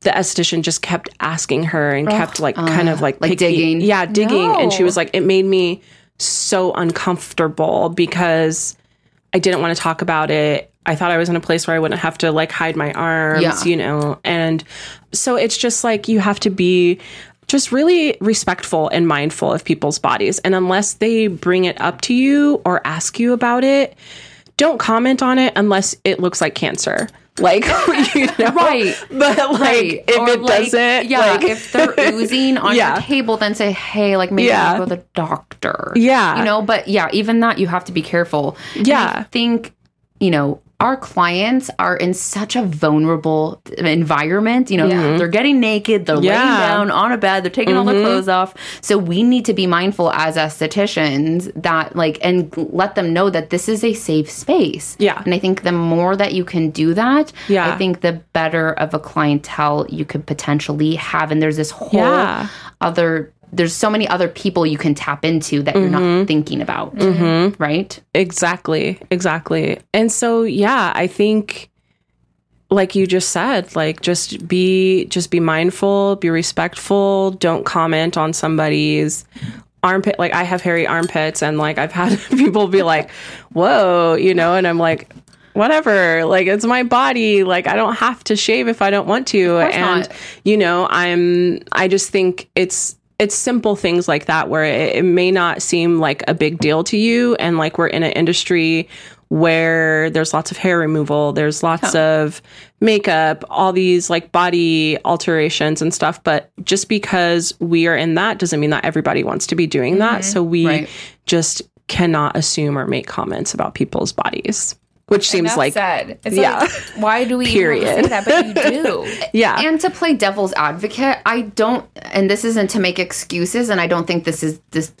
[SPEAKER 3] the esthetician just kept asking her and kept like kind of like
[SPEAKER 1] Oh, uh, like
[SPEAKER 3] picking-
[SPEAKER 1] digging.
[SPEAKER 3] yeah digging and she
[SPEAKER 4] No.
[SPEAKER 3] was like it made me so uncomfortable because I didn't want to talk about it. I thought I was in a place where I wouldn't have to like hide my arms,
[SPEAKER 1] Yeah.
[SPEAKER 3] you know. And so it's just like you have to be just really respectful and mindful of people's bodies. And unless they bring it up to you or ask you about it, don't comment on it unless it looks like cancer. Like, you know,
[SPEAKER 1] Right.
[SPEAKER 3] But like, if
[SPEAKER 1] Or,
[SPEAKER 3] it
[SPEAKER 1] like,
[SPEAKER 3] doesn't,
[SPEAKER 1] yeah.
[SPEAKER 3] like,
[SPEAKER 1] if they're oozing on
[SPEAKER 3] Yeah.
[SPEAKER 1] your table, then say, "Hey, like maybe
[SPEAKER 3] Yeah.
[SPEAKER 1] you go to the doctor."
[SPEAKER 3] Yeah.
[SPEAKER 1] you know. But yeah, even that you have to be careful. And
[SPEAKER 3] Yeah.
[SPEAKER 1] I think you know our clients are in such a vulnerable environment. You know, they're getting naked, they're laying
[SPEAKER 3] Mm-hmm. Yeah.
[SPEAKER 1] down
[SPEAKER 3] Mm-hmm.
[SPEAKER 1] on a bed, they're taking all their clothes off. So we need to be mindful as estheticians that like and let them know that this is a safe space.
[SPEAKER 3] Yeah.
[SPEAKER 1] and I think the more that you can do that,
[SPEAKER 3] Yeah.
[SPEAKER 1] I think the better of a clientele you could potentially have. And there's this whole
[SPEAKER 3] Yeah.
[SPEAKER 1] other, there's so many other people you can tap into that you're
[SPEAKER 3] Mm-hmm.
[SPEAKER 1] not thinking about.
[SPEAKER 3] Mm.
[SPEAKER 1] Right?
[SPEAKER 3] Exactly. Exactly. And so, yeah, I think like you just said like just be just be mindful be respectful don't comment on somebody's armpit like i have hairy armpits and like i've had people be like whoa you know and i'm like whatever like it's my body like i don't have to shave if i don't want to and
[SPEAKER 1] not.
[SPEAKER 3] you know i'm i just think it's it's simple things like that where it, it may not seem like a big deal to you and like we're in an industry where there's lots of hair removal there's lots of makeup all these like body alterations and stuff but just because we are in that doesn't mean that everybody wants to be doing that so we
[SPEAKER 1] Mm-hmm. Right.
[SPEAKER 3] just cannot assume or make comments about people's bodies which seems
[SPEAKER 4] Enough
[SPEAKER 3] like
[SPEAKER 4] said. It's
[SPEAKER 3] yeah.
[SPEAKER 4] like, why do we even have to say that?
[SPEAKER 3] Period.
[SPEAKER 4] But you do.
[SPEAKER 3] yeah
[SPEAKER 1] and to play devil's advocate, I don't, and this isn't to make excuses, and I don't think this is this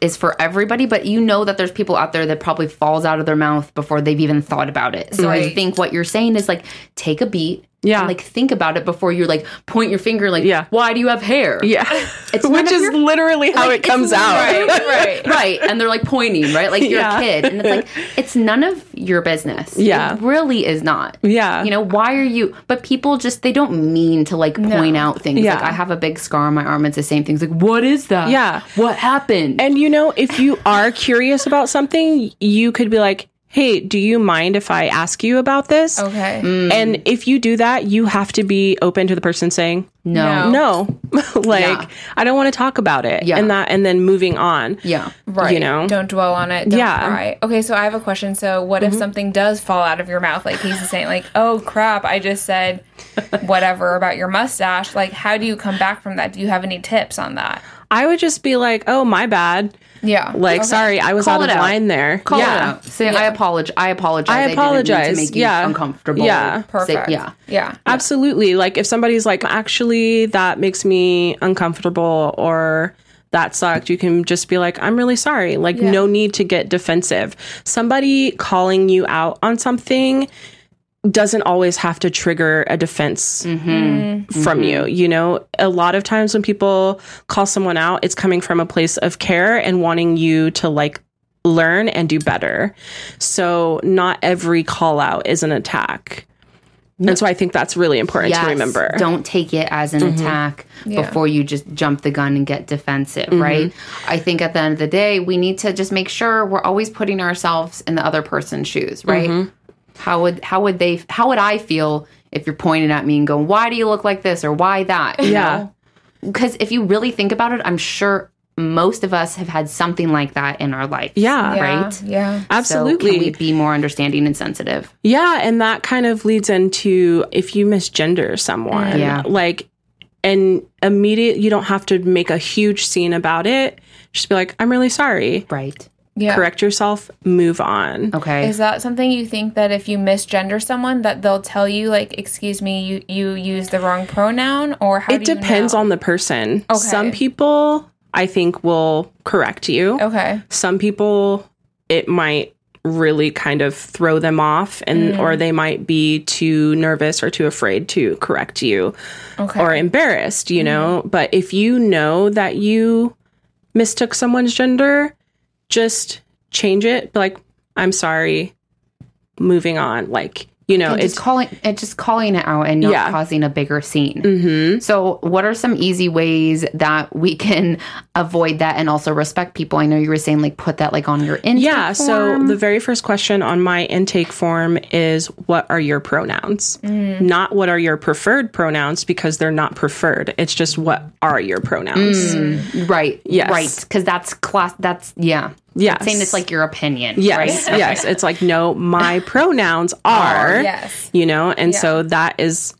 [SPEAKER 1] is for everybody, but you know that there's people out there that probably falls out of their mouth before they've even thought about it. So I
[SPEAKER 4] Right.
[SPEAKER 1] think what you're saying is like take a beat,
[SPEAKER 3] Yeah.
[SPEAKER 1] and like think about it before you like point your finger, like,
[SPEAKER 3] Yeah.
[SPEAKER 1] why do you have hair?
[SPEAKER 3] yeah
[SPEAKER 1] It's none
[SPEAKER 3] which
[SPEAKER 1] of
[SPEAKER 3] is
[SPEAKER 1] your-
[SPEAKER 3] literally how
[SPEAKER 1] like,
[SPEAKER 3] it
[SPEAKER 1] it's
[SPEAKER 3] comes out
[SPEAKER 1] literally-
[SPEAKER 4] Right, right.
[SPEAKER 1] right and they're like pointing right like you're
[SPEAKER 3] Yeah.
[SPEAKER 1] a kid and it's like it's none of your business
[SPEAKER 3] Yeah.
[SPEAKER 1] it really is not
[SPEAKER 3] Yeah.
[SPEAKER 1] you know why are you but people just they don't mean to like point out things
[SPEAKER 3] Yeah.
[SPEAKER 1] like i have a big scar on my arm it's the same things like what is that
[SPEAKER 3] Yeah.
[SPEAKER 1] what happened
[SPEAKER 3] And you know, if you are curious about something, you could be like, "Hey, do you mind if I ask you about this?"
[SPEAKER 1] Oh.
[SPEAKER 4] Okay.
[SPEAKER 3] And if you do that, you have to be open to the person saying,
[SPEAKER 1] no,
[SPEAKER 4] No.
[SPEAKER 3] "No, like
[SPEAKER 1] Oh. Yeah.
[SPEAKER 3] I don't want to talk about it,"
[SPEAKER 1] Yeah.
[SPEAKER 3] and that, and then moving on.
[SPEAKER 1] yeah
[SPEAKER 4] Right.
[SPEAKER 3] You know?
[SPEAKER 4] Don't dwell on it. Don't
[SPEAKER 3] Yeah.
[SPEAKER 4] cry. Okay, so I have a question. So what if something does fall out of your mouth? Like he's saying, like, oh crap, I just said whatever about your mustache. Like, how do you come back from that? Do you have any tips on that?
[SPEAKER 3] I would just be like, "Oh, my bad.
[SPEAKER 4] Yeah.
[SPEAKER 3] Like, sorry, I was
[SPEAKER 1] Call
[SPEAKER 3] out
[SPEAKER 1] it
[SPEAKER 3] of
[SPEAKER 1] out.
[SPEAKER 3] line there."
[SPEAKER 1] Call
[SPEAKER 3] yeah.
[SPEAKER 1] it out. Say I apologize. I apologize.
[SPEAKER 3] I
[SPEAKER 1] didn't mean
[SPEAKER 3] apologize.
[SPEAKER 1] to make you
[SPEAKER 3] Yeah.
[SPEAKER 1] uncomfortable.
[SPEAKER 3] Yeah.
[SPEAKER 4] Perfect.
[SPEAKER 1] Say, yeah.
[SPEAKER 4] Yeah.
[SPEAKER 3] Absolutely. Like if somebody's like, actually, that makes me uncomfortable or that sucked, you can just be like, I'm really sorry. Like, no need to get defensive. Somebody calling you out on something doesn't always have to trigger a defense
[SPEAKER 1] Mm-hmm.
[SPEAKER 3] from you. You know, a lot of times when people call someone out, it's coming from a place of care and wanting you to like learn and do better. So, not every call out is an attack. And so I think that's really important
[SPEAKER 1] Yes.
[SPEAKER 3] to remember. Mm-hmm.
[SPEAKER 1] Don't take it as an attack before you just jump the gun and get defensive,
[SPEAKER 3] Mm-hmm.
[SPEAKER 1] right? I think at the end of the day, we need to just make sure we're always putting ourselves in the other person's shoes, right?
[SPEAKER 3] Mm-hmm.
[SPEAKER 1] How would how would they how would I feel if you're pointing at me and going, "Why do you look like this?" or "Why that?" you
[SPEAKER 3] Yeah.
[SPEAKER 1] because if you really think about it, I'm sure most of us have had something like that in our life.
[SPEAKER 3] Yeah.
[SPEAKER 4] Yeah.
[SPEAKER 1] Right?
[SPEAKER 4] Yeah.
[SPEAKER 3] Absolutely.
[SPEAKER 1] So can we be more understanding and sensitive?
[SPEAKER 3] Yeah, and that kind of leads into if you misgender
[SPEAKER 4] Mm,
[SPEAKER 3] someone,
[SPEAKER 1] Yeah.
[SPEAKER 3] like, and immediate, you don't have to make a huge scene about it. Just be like, I'm really sorry.
[SPEAKER 1] Right.
[SPEAKER 4] Yeah. Oh,
[SPEAKER 3] Correct yourself. Move on.
[SPEAKER 1] Okay.
[SPEAKER 4] Is that something you think that if you misgender someone that they'll tell you like, excuse me, you you use the wrong pronoun or how
[SPEAKER 3] It depends on the person.
[SPEAKER 4] Okay.
[SPEAKER 3] Some people, I think, will correct you.
[SPEAKER 4] on Okay.
[SPEAKER 3] Some people, it might really kind of throw them off, and or they might be too nervous or too afraid to correct you.
[SPEAKER 4] Okay.
[SPEAKER 3] or embarrassed, you know. But if you know that you mistook someone's gender, just change it. Be Like, I'm sorry. Moving on. Like, you know,
[SPEAKER 1] and
[SPEAKER 3] it's
[SPEAKER 1] just calling and just calling it out and not
[SPEAKER 3] Yeah.
[SPEAKER 1] causing a bigger scene.
[SPEAKER 3] mm-hmm.
[SPEAKER 1] So, what are some easy ways that we can avoid that and also respect people? I know you were saying like put that like on your intake
[SPEAKER 3] yeah. So
[SPEAKER 1] form.
[SPEAKER 3] the very first question on my intake form is, "What are your pronouns?"
[SPEAKER 1] Mm.
[SPEAKER 3] Not what are your preferred pronouns because they're not preferred. It's just what are your pronouns.
[SPEAKER 1] Mm. right,
[SPEAKER 3] Yes.
[SPEAKER 1] Hmm. right, because that's class. That's yeah,
[SPEAKER 3] Yes.
[SPEAKER 1] saying it's like your opinion.
[SPEAKER 3] Yes,
[SPEAKER 1] right?
[SPEAKER 3] yes. It's like, no, my pronouns are,
[SPEAKER 4] yes.
[SPEAKER 3] you know, and so that is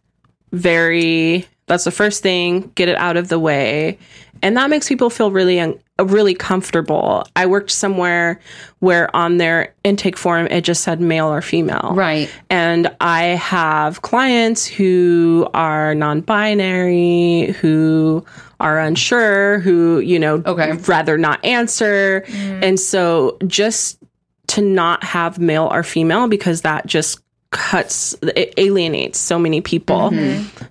[SPEAKER 3] very, that's the first thing, get it out of the way. And that makes people feel really, un- really comfortable. I worked somewhere where on their intake form, it just said male or female.
[SPEAKER 1] right.
[SPEAKER 3] And I have clients who are non binary, who are unsure, who, you know,
[SPEAKER 1] Okay.
[SPEAKER 3] rather not answer. And so just to not have male or female, because that just cuts, it alienates so many people.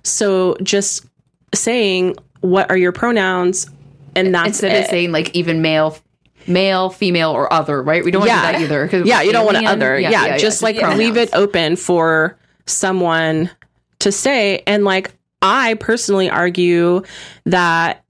[SPEAKER 3] So just saying, what are your pronouns? And that's
[SPEAKER 1] Instead
[SPEAKER 3] it.
[SPEAKER 1] of saying like even male, male, female, or other, right? We don't want to
[SPEAKER 3] Yeah.
[SPEAKER 1] do that either. 'cause
[SPEAKER 3] yeah, you don't want to
[SPEAKER 1] alien-
[SPEAKER 3] other. Yeah, just like
[SPEAKER 1] pronouns.
[SPEAKER 3] leave it open for someone to stay. And like, I personally argue that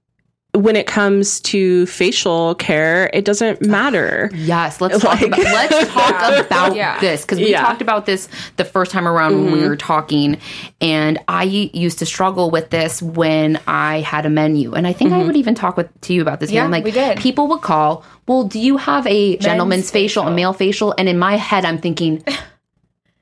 [SPEAKER 3] when it comes to facial care, it doesn't matter.
[SPEAKER 1] Yes, let's talk
[SPEAKER 3] Like-
[SPEAKER 1] about, let's talk
[SPEAKER 4] Yeah.
[SPEAKER 1] about
[SPEAKER 4] Yeah.
[SPEAKER 1] this because we
[SPEAKER 3] Yeah. Mm-hmm.
[SPEAKER 1] talked about this the first time around when we were talking, and I used to struggle with this when I had a menu, and I think
[SPEAKER 3] Mm-hmm.
[SPEAKER 1] I would even talk with to you about this.
[SPEAKER 4] Yeah,
[SPEAKER 1] Megan, like
[SPEAKER 4] we did.
[SPEAKER 1] people would call, "Well, do you have a gentleman's facial, a male facial?" And in my head, I'm thinking.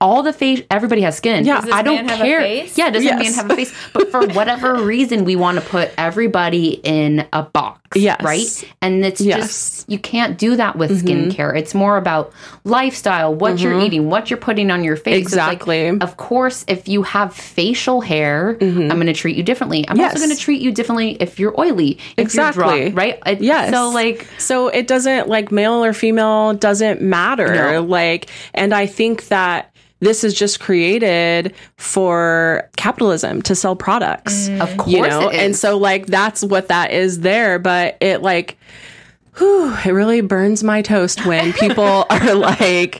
[SPEAKER 1] All the face, everybody has skin.
[SPEAKER 3] Yeah. Does
[SPEAKER 4] this
[SPEAKER 1] I don't
[SPEAKER 4] man have a
[SPEAKER 1] care.
[SPEAKER 4] face?
[SPEAKER 1] Yeah, does not man
[SPEAKER 3] Yes.
[SPEAKER 1] have a face? But for whatever reason, we want to put everybody in a box.
[SPEAKER 3] Yes.
[SPEAKER 1] right. And it's
[SPEAKER 3] Yes. Mm-hmm.
[SPEAKER 1] just you can't do that with skincare. It's more about lifestyle, what you're eating, what you're putting on your face. It's like,
[SPEAKER 3] Exactly.
[SPEAKER 1] of course, if you have facial hair, I'm going to treat you differently. I'm
[SPEAKER 3] Mm-hmm. Yes.
[SPEAKER 1] also going to treat you differently if you're oily, if
[SPEAKER 3] Exactly.
[SPEAKER 1] you're dry, right? It-
[SPEAKER 3] Yes.
[SPEAKER 1] So like,
[SPEAKER 3] so it doesn't like male or female doesn't matter.
[SPEAKER 1] No.
[SPEAKER 3] Like, and I think that this is just created for capitalism to sell products.
[SPEAKER 1] Mm. of course,
[SPEAKER 3] You know,
[SPEAKER 1] it is.
[SPEAKER 3] and so like that's what that is there, but it like whew, it really burns my toast when people are like,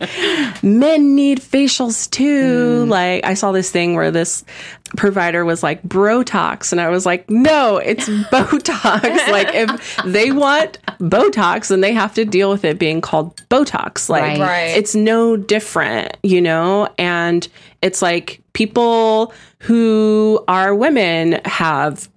[SPEAKER 3] men need facials too. Like, I saw this thing where this provider was like, Brotox. And I was like, no, it's Botox. like, if they want Botox, then they have to deal with it being called Botox. Like,
[SPEAKER 1] Right.
[SPEAKER 4] Right.
[SPEAKER 3] it's no different, you know? And it's like people who are women have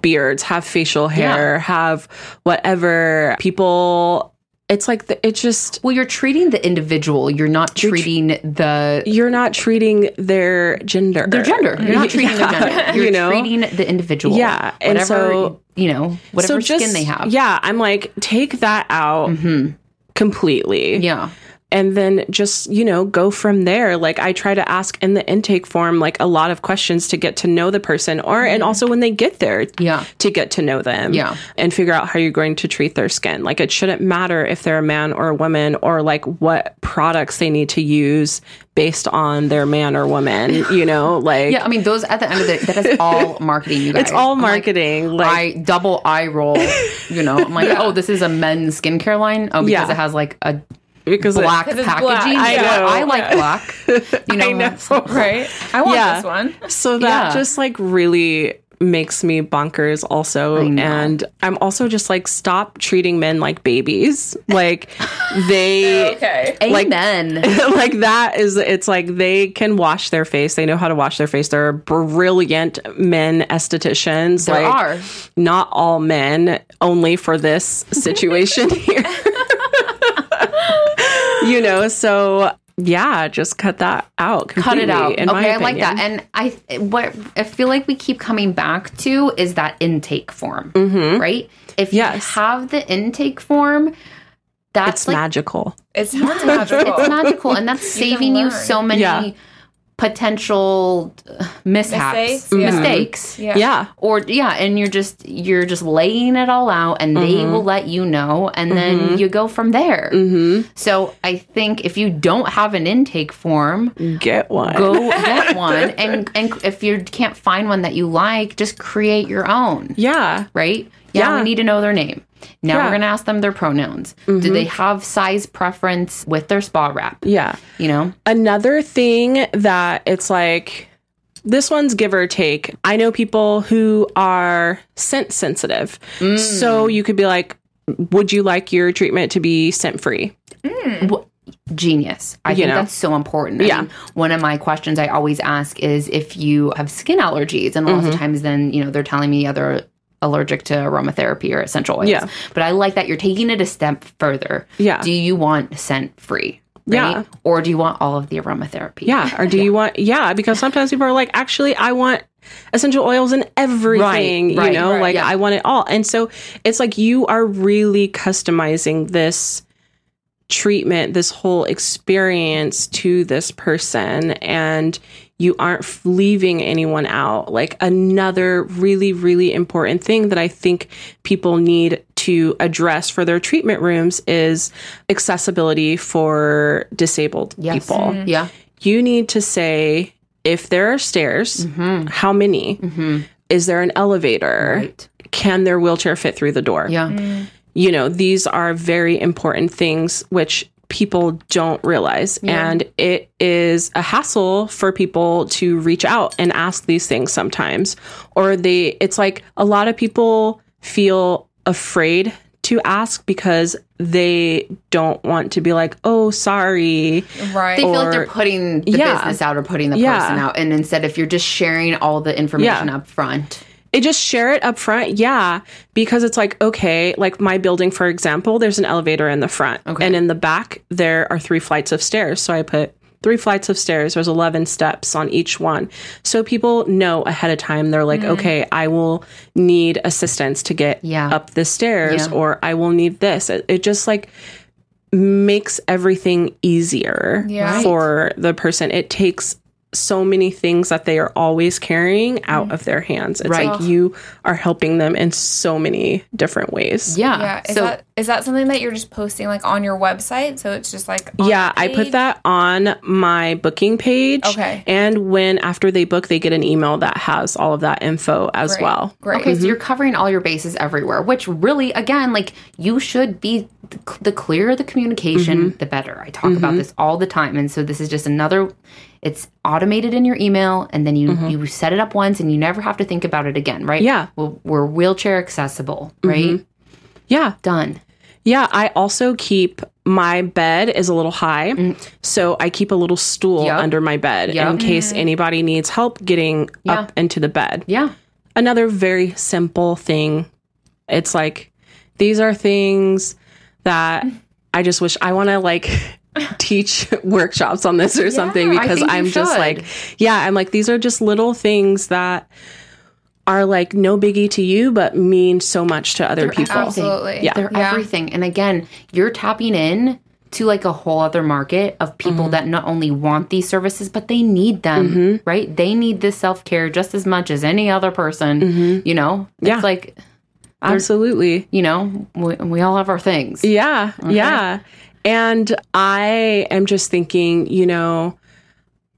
[SPEAKER 3] beards, have facial hair, have whatever. People, it's like the, it just
[SPEAKER 1] well, you're treating the individual. You're not treating the
[SPEAKER 3] you're not treating their gender.
[SPEAKER 1] their gender. You're not treating
[SPEAKER 3] Yeah.
[SPEAKER 1] their gender. You're
[SPEAKER 3] you know?
[SPEAKER 1] treating the individual.
[SPEAKER 3] Yeah, and
[SPEAKER 1] whatever
[SPEAKER 3] so-
[SPEAKER 1] you know, whatever skin they have. Mm-hmm.
[SPEAKER 3] Yeah, I'm like take that out completely.
[SPEAKER 1] yeah.
[SPEAKER 3] and then just you know go from there like i try to ask in the intake form like a lot of questions to get to know the person or
[SPEAKER 1] Mm-hmm.
[SPEAKER 3] and also when they get there
[SPEAKER 1] Yeah.
[SPEAKER 3] to get to know them
[SPEAKER 1] Yeah.
[SPEAKER 3] and figure out how you're going to treat their skin like it shouldn't matter if they're a man or a woman or like what products they need to use based on their man or woman you know like
[SPEAKER 1] Yeah, I mean, those at the end of the that is all marketing. You guys,
[SPEAKER 3] it's all
[SPEAKER 1] I'm like,
[SPEAKER 3] marketing like,
[SPEAKER 1] I double eye roll. You know, I'm like, oh, this is a men's skincare line. Oh, because
[SPEAKER 3] Yeah.
[SPEAKER 1] it has like a
[SPEAKER 3] because it-
[SPEAKER 1] black
[SPEAKER 4] 'Cause it's
[SPEAKER 1] packaging.
[SPEAKER 4] black. I
[SPEAKER 1] Yeah,
[SPEAKER 3] know.
[SPEAKER 1] I like black. You know,
[SPEAKER 4] right? I want
[SPEAKER 3] Yeah.
[SPEAKER 4] this one.
[SPEAKER 3] So that
[SPEAKER 1] Yeah.
[SPEAKER 3] just like really makes me bonkers also and I'm also just like stop treating men like babies. Like they
[SPEAKER 4] Okay.
[SPEAKER 3] Like-
[SPEAKER 1] amen.
[SPEAKER 3] like that is it's like they can wash their face. They know how to wash their face. There are brilliant men estheticians.
[SPEAKER 1] there
[SPEAKER 3] like
[SPEAKER 1] are.
[SPEAKER 3] not all men only for this situation here. you know, so yeah, just cut that out.
[SPEAKER 1] Cut it
[SPEAKER 3] completely,
[SPEAKER 1] out.
[SPEAKER 3] in
[SPEAKER 1] okay,
[SPEAKER 3] my
[SPEAKER 1] I like
[SPEAKER 3] opinion.
[SPEAKER 1] that. And I what I feel like we keep coming back to is that intake form, mm-hmm. right? If
[SPEAKER 3] Yes.
[SPEAKER 1] you have the intake form, that's
[SPEAKER 3] It's
[SPEAKER 1] like
[SPEAKER 3] magical.
[SPEAKER 4] It sounds magical.
[SPEAKER 1] it's magical and that's
[SPEAKER 4] You can
[SPEAKER 1] saving you
[SPEAKER 4] learn.
[SPEAKER 1] so many
[SPEAKER 3] Yeah.
[SPEAKER 1] potential uh, mishaps mistakes,
[SPEAKER 4] Mistakes, yeah.
[SPEAKER 3] Yeah.
[SPEAKER 1] or yeah and you're just you're just laying it all out and they will let you know and then you go from there
[SPEAKER 3] Mm-hmm.
[SPEAKER 1] so i think if you don't have an intake form
[SPEAKER 3] Get one.
[SPEAKER 1] go get one and and if you can't find one that you like just create your own
[SPEAKER 3] Yeah.
[SPEAKER 1] right? Yeah,
[SPEAKER 3] Yeah.
[SPEAKER 1] we need to know their name. Now
[SPEAKER 3] Yeah. Mm-hmm.
[SPEAKER 1] we're going to ask them their pronouns. Do they have size preference with their spa wrap?
[SPEAKER 3] Yeah.
[SPEAKER 1] You know?
[SPEAKER 3] Another thing that it's like, this one's give or take. I know people who are scent sensitive. So you could be like, would you like your treatment to be scent free?
[SPEAKER 1] Genius. I
[SPEAKER 3] You
[SPEAKER 1] think
[SPEAKER 3] know.
[SPEAKER 1] that's so important. I
[SPEAKER 3] Yeah.
[SPEAKER 1] mean, one of my questions I always ask is if you have skin allergies. And a lot
[SPEAKER 3] Mm-hmm.
[SPEAKER 1] of times then, you know, they're telling me other allergic to aromatherapy or essential oils.
[SPEAKER 3] Yeah.
[SPEAKER 1] But I like that you're taking it a step further.
[SPEAKER 3] Yeah.
[SPEAKER 1] Do you want scent free?
[SPEAKER 3] Yeah.
[SPEAKER 1] Or do you want all of the aromatherapy?
[SPEAKER 3] Yeah. Or do you want, yeah, because sometimes people are like, actually, I want essential oils in everything, you
[SPEAKER 1] right,
[SPEAKER 3] know,
[SPEAKER 1] right,
[SPEAKER 3] like
[SPEAKER 1] yeah.
[SPEAKER 3] I want it all. And so it's like you are really customizing this treatment, this whole experience to this person. And you aren't f- leaving anyone out. Like another really, really important thing that I think people need to address for their treatment rooms is accessibility for disabled
[SPEAKER 1] Yes. Mm. Mm-hmm.
[SPEAKER 3] people
[SPEAKER 1] Yeah.
[SPEAKER 3] you need to say if there are stairs,
[SPEAKER 1] Mm-hmm.
[SPEAKER 3] how many? Is there an elevator?
[SPEAKER 1] Right.
[SPEAKER 3] Can their wheelchair fit through the door?
[SPEAKER 1] Yeah.
[SPEAKER 3] You know, these are very important things which people don't realize. And it is a hassle for people to reach out and ask these things sometimes. Or they, it's like a lot of people feel afraid to ask because they don't want to be like, oh, sorry.
[SPEAKER 4] Right.
[SPEAKER 1] They feel
[SPEAKER 3] Or-
[SPEAKER 1] like they're putting the
[SPEAKER 3] Yeah.
[SPEAKER 1] business out or putting the
[SPEAKER 3] Yeah.
[SPEAKER 1] person out. And instead, if you're just sharing all the information up front,
[SPEAKER 3] it just share it up front yeah because it's like okay like my building for example there's an elevator in the front
[SPEAKER 1] Okay.
[SPEAKER 3] and in the back there are three flights of stairs so i put three flights of stairs there's 11 steps on each one so people know ahead of time they're like okay i will need assistance to get
[SPEAKER 1] Mm-hmm. Yeah.
[SPEAKER 3] up the stairs
[SPEAKER 1] Yeah.
[SPEAKER 3] or i will need this it, it just like makes everything easier
[SPEAKER 4] Yeah. Right.
[SPEAKER 3] for the person it takes so many things that they are always carrying out
[SPEAKER 4] Mm-hmm.
[SPEAKER 3] of their hands. It's
[SPEAKER 1] Right.
[SPEAKER 3] like you are helping them in so many different ways.
[SPEAKER 1] yeah.
[SPEAKER 4] yeah. Is
[SPEAKER 1] so
[SPEAKER 4] that is that something that you're just posting like on your website? So it's just like on
[SPEAKER 3] Yeah,
[SPEAKER 4] the
[SPEAKER 3] I put
[SPEAKER 4] page?
[SPEAKER 3] that on my booking page.
[SPEAKER 4] Okay.
[SPEAKER 3] And when after they book, they get an email that has all of that info as
[SPEAKER 4] Great.
[SPEAKER 3] well.
[SPEAKER 4] Great.
[SPEAKER 1] Okay, so you're covering all your bases everywhere, which really, again, like you should be the clearer the communication, the better. I talk about this all the time, and so this is just another. It's automated in your email, and then you you set it up once, and you never have to think about it again, right?
[SPEAKER 3] Yeah.
[SPEAKER 1] we're, we're wheelchair accessible, right?
[SPEAKER 3] Yeah.
[SPEAKER 1] Done.
[SPEAKER 3] Yeah, I also keep my bed is a little high,
[SPEAKER 4] Mm.
[SPEAKER 3] so I keep a little stool
[SPEAKER 1] Yep.
[SPEAKER 3] under my bed in
[SPEAKER 1] Yep.
[SPEAKER 4] Mm-hmm.
[SPEAKER 3] case anybody needs help getting up into the bed.
[SPEAKER 1] Yeah,
[SPEAKER 3] another very simple thing. It's like these are things that I just wish I want to like teach workshops on this or something
[SPEAKER 1] Yeah, I
[SPEAKER 3] because
[SPEAKER 1] think you
[SPEAKER 3] I'm just
[SPEAKER 1] should.
[SPEAKER 3] like, yeah, I'm like, these are just little things that are like no biggie to you, but mean so much to other people.
[SPEAKER 4] Absolutely.
[SPEAKER 3] Yeah.
[SPEAKER 1] they're
[SPEAKER 4] Yeah.
[SPEAKER 1] everything. And again, you're tapping in to like a whole other market of
[SPEAKER 3] Mm-hmm.
[SPEAKER 1] people that not only want these services but they need them, right? They need this self care just as much as any other person. You know,
[SPEAKER 3] Mm-hmm. Yeah.
[SPEAKER 1] it's like
[SPEAKER 3] Absolutely.
[SPEAKER 1] you know, we, we all have our things.
[SPEAKER 3] Yeah, yeah. And I am just thinking, you know,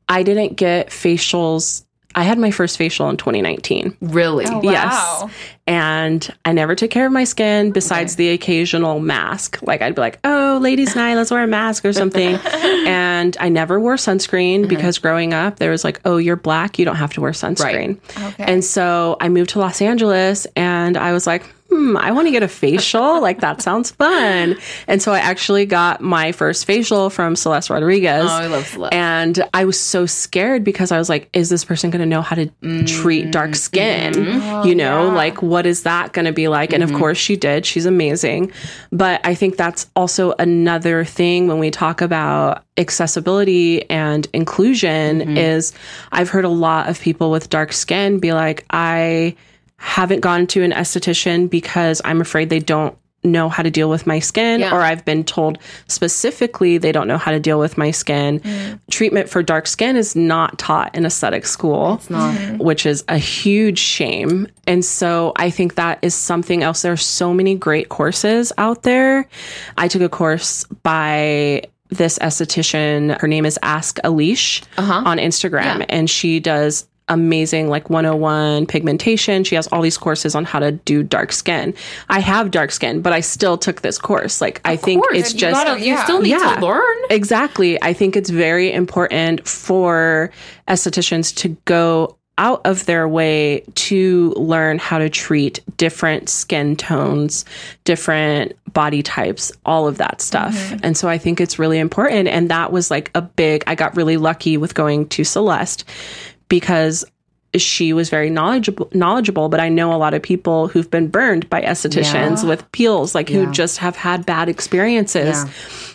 [SPEAKER 3] I didn't get facials. I had my first facial in 2019.
[SPEAKER 1] Really,
[SPEAKER 4] Oh,
[SPEAKER 3] Yes.
[SPEAKER 4] wow.
[SPEAKER 3] And I never took care of my skin besides the occasional mask. Like I'd be like, oh, ladies' night, let's wear a mask or something. and I never wore sunscreen because growing up, there was like, oh, you're black, you don't have to wear sunscreen.
[SPEAKER 4] Okay.
[SPEAKER 3] And so I moved to Los Angeles and I was like, hmm, I want to get a facial. like that sounds fun. And so I actually got my first facial from Celeste Rodriguez.
[SPEAKER 1] I love Celeste.
[SPEAKER 3] And I was so scared because I was like, is this person going to know how to treat dark skin? You know, like, what is that going to be like? And of course, she did. She's amazing. But I think that's also another thing when we talk about accessibility and inclusion is I've heard a lot of people with dark skin be like, I haven't gone to an esthetician because I'm afraid they don't know how to deal with my skin
[SPEAKER 1] Yeah.
[SPEAKER 3] or I've been told specifically they don't know how to deal with my skin. Treatment for dark skin is not taught in aesthetic school. It's
[SPEAKER 1] not.
[SPEAKER 3] Which is a huge shame. And so I think that is something else. There are so many great courses out there. I took a course by this esthetician. Her name is Ask Alish
[SPEAKER 1] Uh-huh.
[SPEAKER 3] on Instagram, and she does amazing like 101 pigmentation. She has all these courses on how to do dark skin. I have dark skin, but I still took this course. Like I think
[SPEAKER 1] course,
[SPEAKER 3] it's
[SPEAKER 1] you
[SPEAKER 3] just
[SPEAKER 1] gotta- you
[SPEAKER 4] yeah.
[SPEAKER 1] still need
[SPEAKER 3] Yeah.
[SPEAKER 1] to learn.
[SPEAKER 3] Exactly. I think it's very important for estheticians to go out of their way to learn how to treat different skin tones, different body types, all of that stuff. And so I think it's really important. And that was like a big, I got really lucky with going to Celeste because she was very knowledgeable knowledgeable but i know a lot of people who've been burned by estheticians with peels like who just have had bad experiences
[SPEAKER 1] Yeah.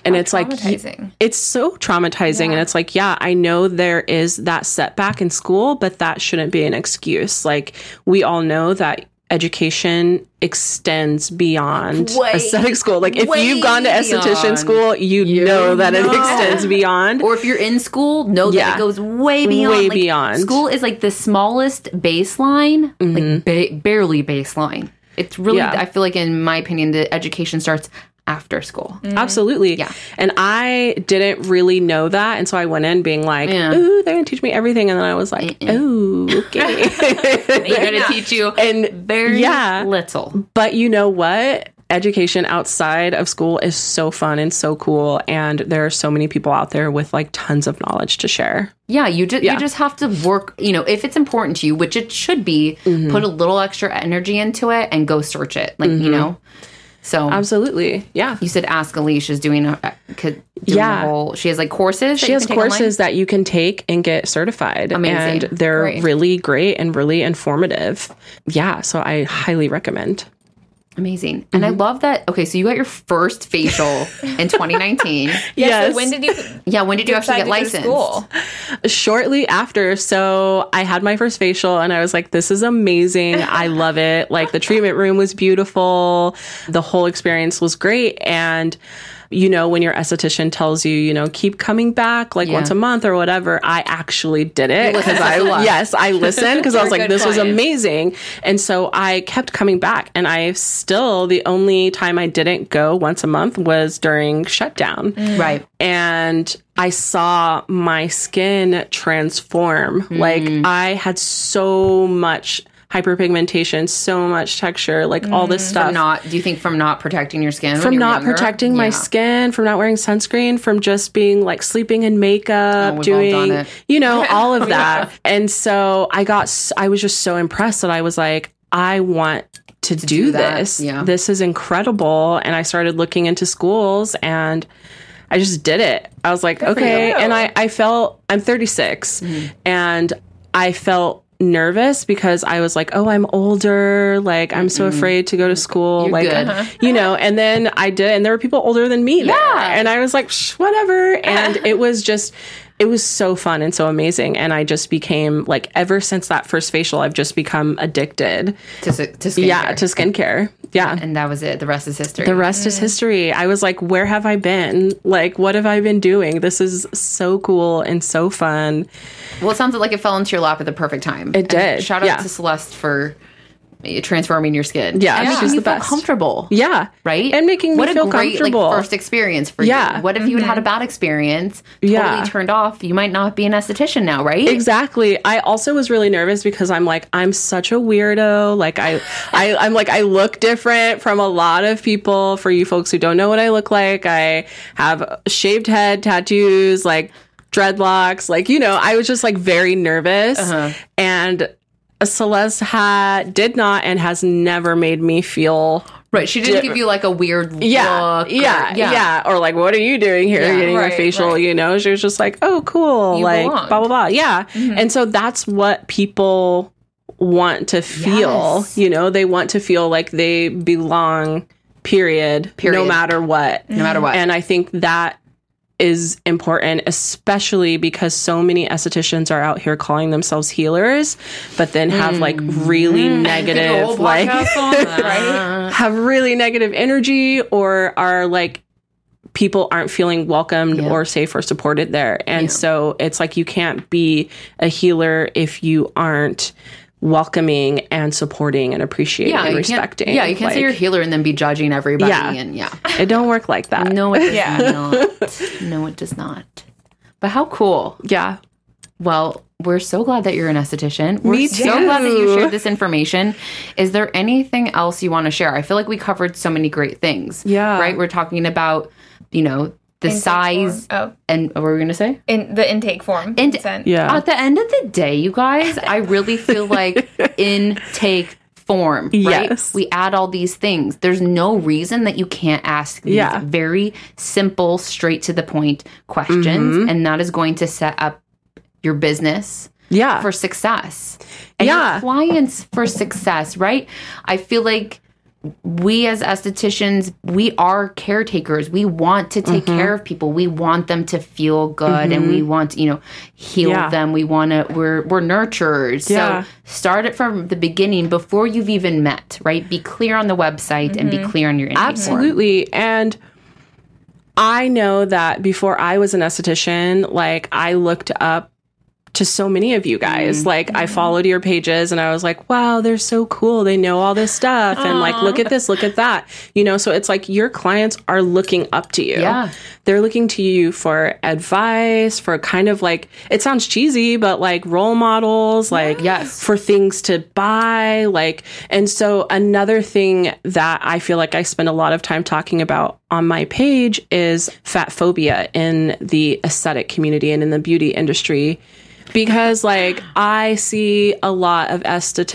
[SPEAKER 3] and it's like
[SPEAKER 4] Traumatizing.
[SPEAKER 3] it's so traumatizing and it's like yeah i know there is that setback in school but that shouldn't be an excuse like we all know that education extends beyond
[SPEAKER 1] Way-
[SPEAKER 3] aesthetic school like if
[SPEAKER 1] way
[SPEAKER 3] you've gone to esthetician
[SPEAKER 1] beyond.
[SPEAKER 3] school you, know that it
[SPEAKER 1] know.
[SPEAKER 3] extends beyond
[SPEAKER 1] Or if you're in school, know that
[SPEAKER 3] Yeah.
[SPEAKER 1] it goes way beyond.
[SPEAKER 3] Way
[SPEAKER 1] Like,
[SPEAKER 3] beyond. Mm-hmm.
[SPEAKER 1] School is like the smallest baseline, like ba- barely baseline. It's really,
[SPEAKER 3] Yeah.
[SPEAKER 1] I feel like, in my opinion, the education starts after school.
[SPEAKER 3] Absolutely.
[SPEAKER 1] Mm-hmm. Yeah.
[SPEAKER 3] And I didn't really know that. And so I went in being like,
[SPEAKER 1] Yeah.
[SPEAKER 3] ooh, they're going to teach me everything. And then I was like, oh, okay.
[SPEAKER 1] They're going to teach you
[SPEAKER 3] and
[SPEAKER 1] very
[SPEAKER 3] yeah.
[SPEAKER 1] little.
[SPEAKER 3] But you know what? education outside of school is so fun and so cool. And there are so many people out there with like tons of knowledge to share.
[SPEAKER 1] Yeah, you just you just have to work. You know, if it's important to you, which it should be,
[SPEAKER 3] Mm-hmm.
[SPEAKER 1] put a little extra energy into it and go search it. Like you know, so
[SPEAKER 3] Absolutely. Yeah.
[SPEAKER 1] you said ask Alicia is doing a uh, could doing
[SPEAKER 3] Yeah.
[SPEAKER 1] a whole. She has like courses. that
[SPEAKER 3] She
[SPEAKER 1] you
[SPEAKER 3] has
[SPEAKER 1] can take online?
[SPEAKER 3] courses that you can take and get certified.
[SPEAKER 1] Amazing.
[SPEAKER 3] And they're
[SPEAKER 1] Great.
[SPEAKER 3] really great and really informative. Yeah. So I highly recommend.
[SPEAKER 1] Amazing, and
[SPEAKER 4] Mm-hmm.
[SPEAKER 1] I love that. Okay, so you got your first facial in 2019.
[SPEAKER 4] Yeah,
[SPEAKER 3] Yes.
[SPEAKER 4] So when did you
[SPEAKER 1] Yeah, when did you actually
[SPEAKER 4] decide
[SPEAKER 1] get
[SPEAKER 4] to go to
[SPEAKER 1] licensed?
[SPEAKER 4] school?
[SPEAKER 3] shortly after so i had my first facial and i was like this is amazing i love it like the treatment room was beautiful the whole experience was great and you know when your esthetician tells you you know keep coming back like
[SPEAKER 1] Yeah.
[SPEAKER 3] once a month or whatever i actually did it
[SPEAKER 1] listened
[SPEAKER 3] because
[SPEAKER 1] to
[SPEAKER 3] i
[SPEAKER 1] the love.
[SPEAKER 3] yes i listened because i was
[SPEAKER 4] You're a
[SPEAKER 3] like
[SPEAKER 4] good
[SPEAKER 3] this was
[SPEAKER 4] client.
[SPEAKER 3] amazing and so i kept coming back and i still the only time i didn't go once a month was during shutdown
[SPEAKER 1] Right.
[SPEAKER 3] and I saw my skin transform. Like I had so much hyperpigmentation, so much texture, like all this stuff.
[SPEAKER 1] From not. Do you think from not protecting your skin?
[SPEAKER 3] from not protecting my skin, from not wearing sunscreen, from just being like sleeping in makeup,
[SPEAKER 1] Oh, we've all
[SPEAKER 3] doing,
[SPEAKER 1] done it.
[SPEAKER 3] you know, all of that. And so I got, s- I was just so impressed that I was like, I want to, do,
[SPEAKER 1] do that,
[SPEAKER 3] this.
[SPEAKER 1] yeah.
[SPEAKER 3] This is incredible. And I started looking into schools and I just did it. I was like, okay.
[SPEAKER 4] you.
[SPEAKER 3] And I, I felt, I'm 36
[SPEAKER 1] Mm-hmm.
[SPEAKER 3] and I felt, Nervous because I was like, oh, I'm older. Like, I'm so afraid to go to school.
[SPEAKER 1] You're
[SPEAKER 3] like,
[SPEAKER 1] good.
[SPEAKER 3] you know and then i did and there were people older than me yeah
[SPEAKER 1] Yeah.
[SPEAKER 3] and i was like Shh, whatever and it was just it was so fun and so amazing and i just became like ever since that first facial i've just become addicted
[SPEAKER 1] To, s- to skin
[SPEAKER 3] yeah to skincare yeah
[SPEAKER 1] and Mm. that was it. The rest is history.
[SPEAKER 3] the rest is history. I was like, where have I been? Like, what have I been doing? This is so cool and so fun.
[SPEAKER 1] Well, it sounds like it fell into your lap at the perfect time. It
[SPEAKER 3] did,
[SPEAKER 1] Shout out
[SPEAKER 3] yeah.
[SPEAKER 1] to Celeste for transforming your skin.
[SPEAKER 3] Yeah,
[SPEAKER 1] and
[SPEAKER 3] she's
[SPEAKER 1] making
[SPEAKER 3] the
[SPEAKER 1] you feel
[SPEAKER 3] best.
[SPEAKER 1] comfortable.
[SPEAKER 3] Yeah.
[SPEAKER 1] Right,
[SPEAKER 3] And making me
[SPEAKER 1] what a
[SPEAKER 3] feel
[SPEAKER 1] great,
[SPEAKER 3] comfortable.
[SPEAKER 1] Like, first experience for
[SPEAKER 3] Yeah.
[SPEAKER 1] you. What if you had
[SPEAKER 4] Mm-hmm.
[SPEAKER 1] had a bad experience? Totally
[SPEAKER 3] Yeah.
[SPEAKER 1] turned off. You might not be an esthetician now, right?
[SPEAKER 3] Exactly. I also was really nervous because I'm like, I'm such a weirdo. Like I, I I'm like, I look different from a lot of people. For you folks who don't know what I look like, I have a shaved head, tattoos, like dreadlocks, like, you know, I was just like very nervous and Celeste had did not and has never made me feel
[SPEAKER 1] Right. She didn't give you like a weird
[SPEAKER 3] yeah,
[SPEAKER 1] look. or-
[SPEAKER 3] yeah, yeah, Or like, what are you doing here?
[SPEAKER 1] Yeah.
[SPEAKER 3] Getting a
[SPEAKER 4] Right,
[SPEAKER 3] facial,
[SPEAKER 4] right.
[SPEAKER 3] you know? She was just like, oh, cool,
[SPEAKER 4] You
[SPEAKER 3] like
[SPEAKER 4] belong.
[SPEAKER 3] blah blah blah. Yeah, and so that's what people want to feel.
[SPEAKER 1] Yes.
[SPEAKER 3] You know, they want to feel like they belong. Period. No
[SPEAKER 1] Period.
[SPEAKER 3] matter what.
[SPEAKER 1] No matter what.
[SPEAKER 3] And I think that is important, especially because so many estheticians are out here calling themselves healers, but then have like really negative, like uh, have really negative energy or are like people aren't feeling welcomed
[SPEAKER 1] Yeah.
[SPEAKER 3] or safe or supported there. And so it's like you can't be a healer if you aren't welcoming and supporting and appreciating
[SPEAKER 1] yeah,
[SPEAKER 3] and
[SPEAKER 1] you can't,
[SPEAKER 3] respecting.
[SPEAKER 1] yeah, you can't say you're a
[SPEAKER 3] Like,
[SPEAKER 1] healer and then be judging everybody.
[SPEAKER 3] Yeah.
[SPEAKER 1] And yeah.
[SPEAKER 3] it don't work like that.
[SPEAKER 1] No, it does
[SPEAKER 4] Yeah.
[SPEAKER 1] not. No, it does not. But how cool.
[SPEAKER 3] Yeah.
[SPEAKER 1] Well, we're so glad that you're an esthetician. We're
[SPEAKER 3] Me
[SPEAKER 1] so glad that you
[SPEAKER 3] too.
[SPEAKER 1] shared this information. Is there anything else you want to share? I feel like we covered so many great things.
[SPEAKER 3] Yeah.
[SPEAKER 1] Right? We're talking about, you know, the size
[SPEAKER 4] Oh,
[SPEAKER 1] and what were we going to say?
[SPEAKER 4] in the intake form.
[SPEAKER 1] And-
[SPEAKER 4] consent.
[SPEAKER 3] Yeah.
[SPEAKER 1] At the end of the day, you guys, I really feel like intake form, right?
[SPEAKER 3] Yes.
[SPEAKER 1] We add all these things. There's no reason that you can't ask these
[SPEAKER 3] Yeah.
[SPEAKER 1] very simple, straight to the point questions.
[SPEAKER 3] Mm-hmm.
[SPEAKER 1] And that is going to set up your business
[SPEAKER 3] yeah.
[SPEAKER 1] for success and
[SPEAKER 3] Yeah.
[SPEAKER 1] your clients for success, right? I feel like we as estheticians, we are caretakers. We want to take
[SPEAKER 3] Mm-hmm.
[SPEAKER 1] care of people. We want them to feel good and we want, to, you know, heal
[SPEAKER 3] Yeah.
[SPEAKER 1] them. We want to we're we're nurturers.
[SPEAKER 3] Yeah.
[SPEAKER 1] So start it from the beginning before you've even met, right? Be clear on the website and
[SPEAKER 3] Mm-hmm.
[SPEAKER 1] be clear on your intake form.
[SPEAKER 3] Absolutely. And I know that before I was an esthetician, like I looked up to so many of you guys. Like I followed your pages and I was like, wow, they're so cool. They know all this stuff and like look at this, look at that. You know, so it's like your clients are looking up to you.
[SPEAKER 1] Yeah.
[SPEAKER 3] They're looking to you for advice, for kind of like it sounds cheesy, but like role models, like
[SPEAKER 1] Yes.
[SPEAKER 3] for things to buy, like and so another thing that I feel like I spend a lot of time talking about on my page is fat phobia in the aesthetic community and in the beauty industry because like I see a lot of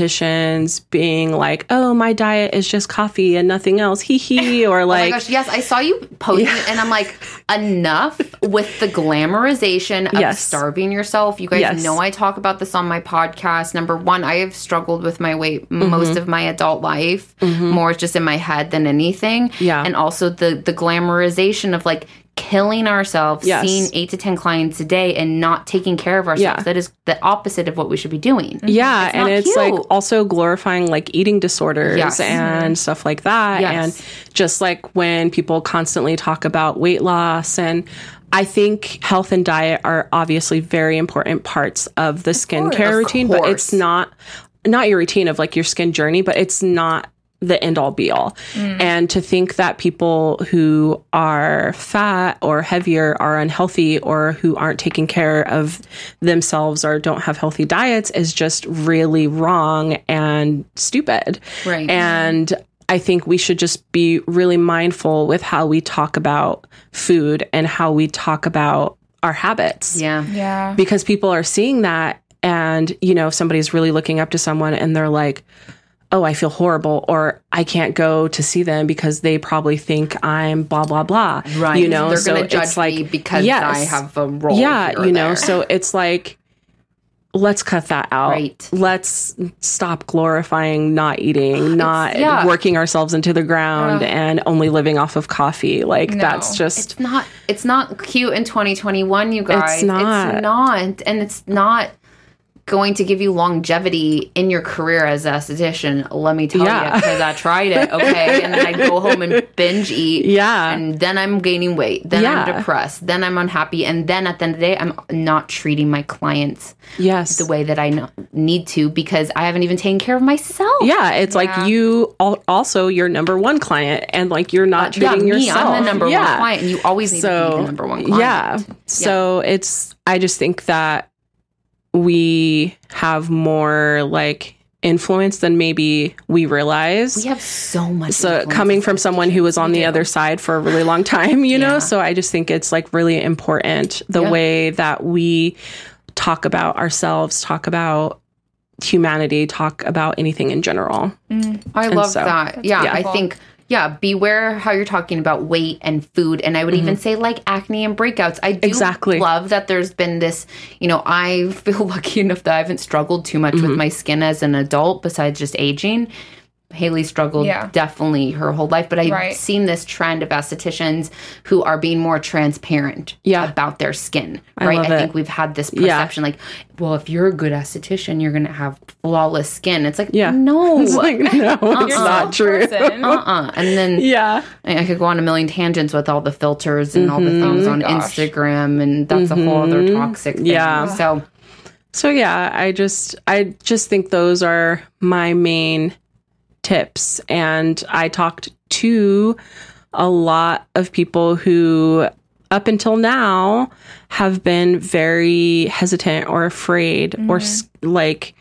[SPEAKER 3] estheticians being like, "Oh, my diet is just coffee and nothing else." Hee hee or
[SPEAKER 1] Oh my
[SPEAKER 3] like
[SPEAKER 1] gosh, yes, I saw you posting it, and I'm like, enough with the glamorization of
[SPEAKER 3] Yes.
[SPEAKER 1] starving yourself. You guys
[SPEAKER 3] Yes.
[SPEAKER 1] know I talk about this on my podcast. Number one, I have struggled with my weight m-
[SPEAKER 3] Mm-hmm.
[SPEAKER 1] most of my adult life, more it's just in my head than anything.
[SPEAKER 3] Yeah.
[SPEAKER 1] and also the the glamorization of like killing ourselves,
[SPEAKER 3] Yes.
[SPEAKER 1] seeing eight to ten clients a day, and not taking care of ourselves.
[SPEAKER 3] Yeah.
[SPEAKER 1] That is the opposite of what we should be doing.
[SPEAKER 3] Yeah,
[SPEAKER 1] not
[SPEAKER 3] and it's like
[SPEAKER 1] cute.
[SPEAKER 3] also glorifying like eating disorders
[SPEAKER 1] Yes.
[SPEAKER 3] and stuff like that.
[SPEAKER 1] Mm-hmm. Yes.
[SPEAKER 3] And just like when people constantly talk about weight loss and I think health and diet are obviously very important parts of the skincare
[SPEAKER 1] Of
[SPEAKER 3] routine, but it's
[SPEAKER 1] course.
[SPEAKER 3] not not your routine of like your skin journey, but it's not the end all be all.
[SPEAKER 1] Mm.
[SPEAKER 3] And to think that people who are fat or heavier are unhealthy or who aren't taking care of themselves or don't have healthy diets is just really wrong and stupid.
[SPEAKER 1] Right.
[SPEAKER 3] And I think we should just be really mindful with how we talk about food and how we talk about our habits
[SPEAKER 1] Yeah,
[SPEAKER 4] Yeah.
[SPEAKER 3] because people are seeing that and you know if somebody's really looking up to someone and they're like oh i feel horrible or i can't go to see them because they probably think i'm blah blah blah
[SPEAKER 1] right.
[SPEAKER 3] you know
[SPEAKER 1] they're
[SPEAKER 3] so
[SPEAKER 1] gonna judge
[SPEAKER 3] it's like
[SPEAKER 1] me because
[SPEAKER 3] yes.
[SPEAKER 1] I have a role.
[SPEAKER 3] yeah
[SPEAKER 1] here or
[SPEAKER 3] you know
[SPEAKER 1] there.
[SPEAKER 3] so it's like let's cut that out
[SPEAKER 1] Right.
[SPEAKER 3] let's stop glorifying not eating not
[SPEAKER 1] yeah.
[SPEAKER 3] working ourselves into the ground and only living off of coffee like that's
[SPEAKER 4] No.
[SPEAKER 3] just
[SPEAKER 1] it's not it's not cute in 2021 you guys
[SPEAKER 3] not.
[SPEAKER 1] not, and it's not going to give you longevity in your career as a esthetician let me tell
[SPEAKER 3] Yeah.
[SPEAKER 1] you because i tried it okay and then i go home and binge eat
[SPEAKER 3] Yeah.
[SPEAKER 1] and then i'm gaining weight then i'm
[SPEAKER 3] Yeah.
[SPEAKER 1] depressed then i'm unhappy and then at the end of the day i'm not treating my clients
[SPEAKER 3] yes
[SPEAKER 1] the way that i no- need to because i haven't even taken care of myself
[SPEAKER 3] Yeah, it's like you al- also your number one client, and like you're not
[SPEAKER 1] yeah,
[SPEAKER 3] treating
[SPEAKER 1] me,
[SPEAKER 3] yourself.
[SPEAKER 1] I'm the number
[SPEAKER 3] Yeah.
[SPEAKER 1] one client, and you always need to be
[SPEAKER 3] So
[SPEAKER 1] the number one client.
[SPEAKER 3] yeah, so it's I just think that we have more like influence than maybe we realize.
[SPEAKER 1] We have so much.
[SPEAKER 3] so
[SPEAKER 1] influence.
[SPEAKER 3] coming from someone who was on the other side for a really long time, you know, so I just think it's like really important the
[SPEAKER 1] Yeah.
[SPEAKER 3] way that we talk about ourselves, talk about humanity, talk about anything in general.
[SPEAKER 1] I love
[SPEAKER 3] so-
[SPEAKER 1] that. Yeah, I
[SPEAKER 4] beautiful.
[SPEAKER 1] think yeah, beware how you're talking about weight and food and I would even say like acne and breakouts. I do
[SPEAKER 3] Mm-hmm. Exactly.
[SPEAKER 1] love that there's been this, you know, I feel lucky enough that I haven't struggled too much
[SPEAKER 3] Mm-hmm.
[SPEAKER 1] with my skin as an adult besides just aging. Haley struggled
[SPEAKER 4] Yeah.
[SPEAKER 1] definitely her whole life, but I've
[SPEAKER 4] Right.
[SPEAKER 1] seen this trend of estheticians who are being more transparent
[SPEAKER 3] Yeah.
[SPEAKER 1] about their skin. Right.
[SPEAKER 3] love
[SPEAKER 1] I
[SPEAKER 3] it.
[SPEAKER 1] think we've had this perception like, well, if you're a good esthetician, you're gonna have flawless skin. It's like,
[SPEAKER 3] Yeah.
[SPEAKER 1] no,
[SPEAKER 3] It's like, no, it's
[SPEAKER 2] Uh-uh.
[SPEAKER 4] You're
[SPEAKER 3] not
[SPEAKER 4] a
[SPEAKER 3] true.
[SPEAKER 4] person.
[SPEAKER 1] uh-uh and then
[SPEAKER 3] Yeah.
[SPEAKER 1] I I could go on a million tangents with all the filters and all
[SPEAKER 3] Mm-hmm.
[SPEAKER 1] the things on Instagram, and that's a whole other toxic thing.
[SPEAKER 3] Yeah.
[SPEAKER 1] So,
[SPEAKER 3] So yeah, I just I just think those are my main tips and I talked to a lot of people who up until now have been very hesitant or afraid
[SPEAKER 1] Mm-hmm.
[SPEAKER 3] or s- like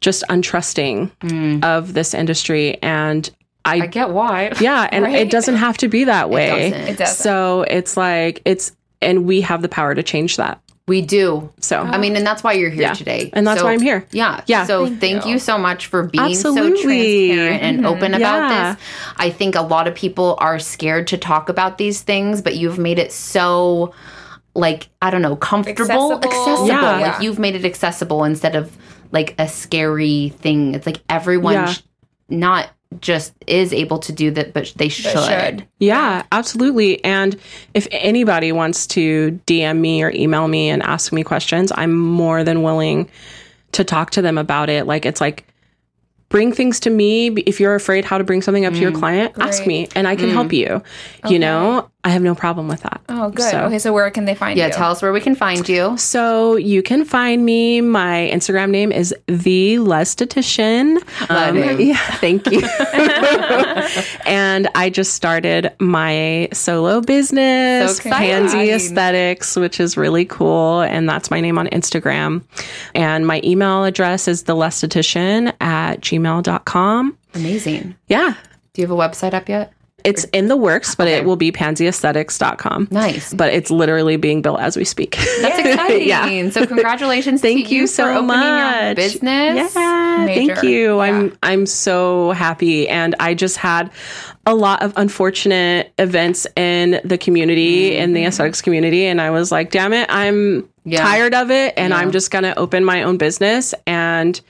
[SPEAKER 3] just untrusting of this industry and I,
[SPEAKER 1] mm, I get why.
[SPEAKER 3] yeah and it
[SPEAKER 4] Right?
[SPEAKER 3] doesn't have to be that way
[SPEAKER 1] doesn't.
[SPEAKER 4] It does.
[SPEAKER 3] so it's like it's and we have the power to change that
[SPEAKER 1] We do.
[SPEAKER 3] so
[SPEAKER 4] Uh-huh.
[SPEAKER 1] I mean, and that's why you're here
[SPEAKER 3] Yeah.
[SPEAKER 1] today.
[SPEAKER 3] And that's
[SPEAKER 1] So-
[SPEAKER 3] why I'm here.
[SPEAKER 1] Yeah.
[SPEAKER 3] Yeah.
[SPEAKER 1] So thank, you.
[SPEAKER 4] you.
[SPEAKER 1] so much for being so
[SPEAKER 3] Absolutely. Mm-hmm.
[SPEAKER 1] transparent and open
[SPEAKER 3] Yeah.
[SPEAKER 1] about this. I think a lot of people are scared to talk about these things, but you've made it so like I don't know, comfortable, accessible.
[SPEAKER 4] Accessible. Yeah.
[SPEAKER 1] Like you've made it accessible instead of like a scary thing. It's like everyone
[SPEAKER 3] Yeah.
[SPEAKER 1] sh- not just is able to do that, but they should.
[SPEAKER 4] should.
[SPEAKER 3] Yeah, absolutely. And if anybody wants to DM me or email me and ask me questions, I'm more than willing to talk to them about it. Like, it's like, bring things to me. If you're afraid how to bring something up to your client, ask
[SPEAKER 4] Great.
[SPEAKER 3] me and I can help you. You know, I have no problem with that.
[SPEAKER 4] Oh, good.
[SPEAKER 3] So-
[SPEAKER 4] Okay, so where can they find
[SPEAKER 1] Yeah,
[SPEAKER 4] you?
[SPEAKER 1] tell us where we can find you.
[SPEAKER 3] So you can find me. My Instagram name is the Lestetician. Um,
[SPEAKER 1] it.
[SPEAKER 3] yeah, thank you. and I just started my solo business,
[SPEAKER 1] So
[SPEAKER 3] Pansy
[SPEAKER 1] exciting.
[SPEAKER 3] Aesthetics, which is really cool. And that's my name on Instagram. And my email address is thelestetician at gmail.com.
[SPEAKER 1] Amazing.
[SPEAKER 3] Yeah.
[SPEAKER 1] Do you have a website up yet?
[SPEAKER 3] It's in the works, but it will be pansyaesthetics.com.
[SPEAKER 1] Nice.
[SPEAKER 3] But it's literally being built as we speak.
[SPEAKER 1] That's exciting. So congratulations.
[SPEAKER 3] Thank
[SPEAKER 1] to
[SPEAKER 3] you,
[SPEAKER 1] you
[SPEAKER 3] so
[SPEAKER 1] for opening
[SPEAKER 3] much.
[SPEAKER 1] Your business.
[SPEAKER 3] Yeah, thank
[SPEAKER 4] Major.
[SPEAKER 3] you. I'm I'm so happy, and I just had a lot of unfortunate events in the community, in the aesthetics community, and I was like, damn it, I'm
[SPEAKER 1] Yeah.
[SPEAKER 3] tired of it, and I'm just gonna open my own business and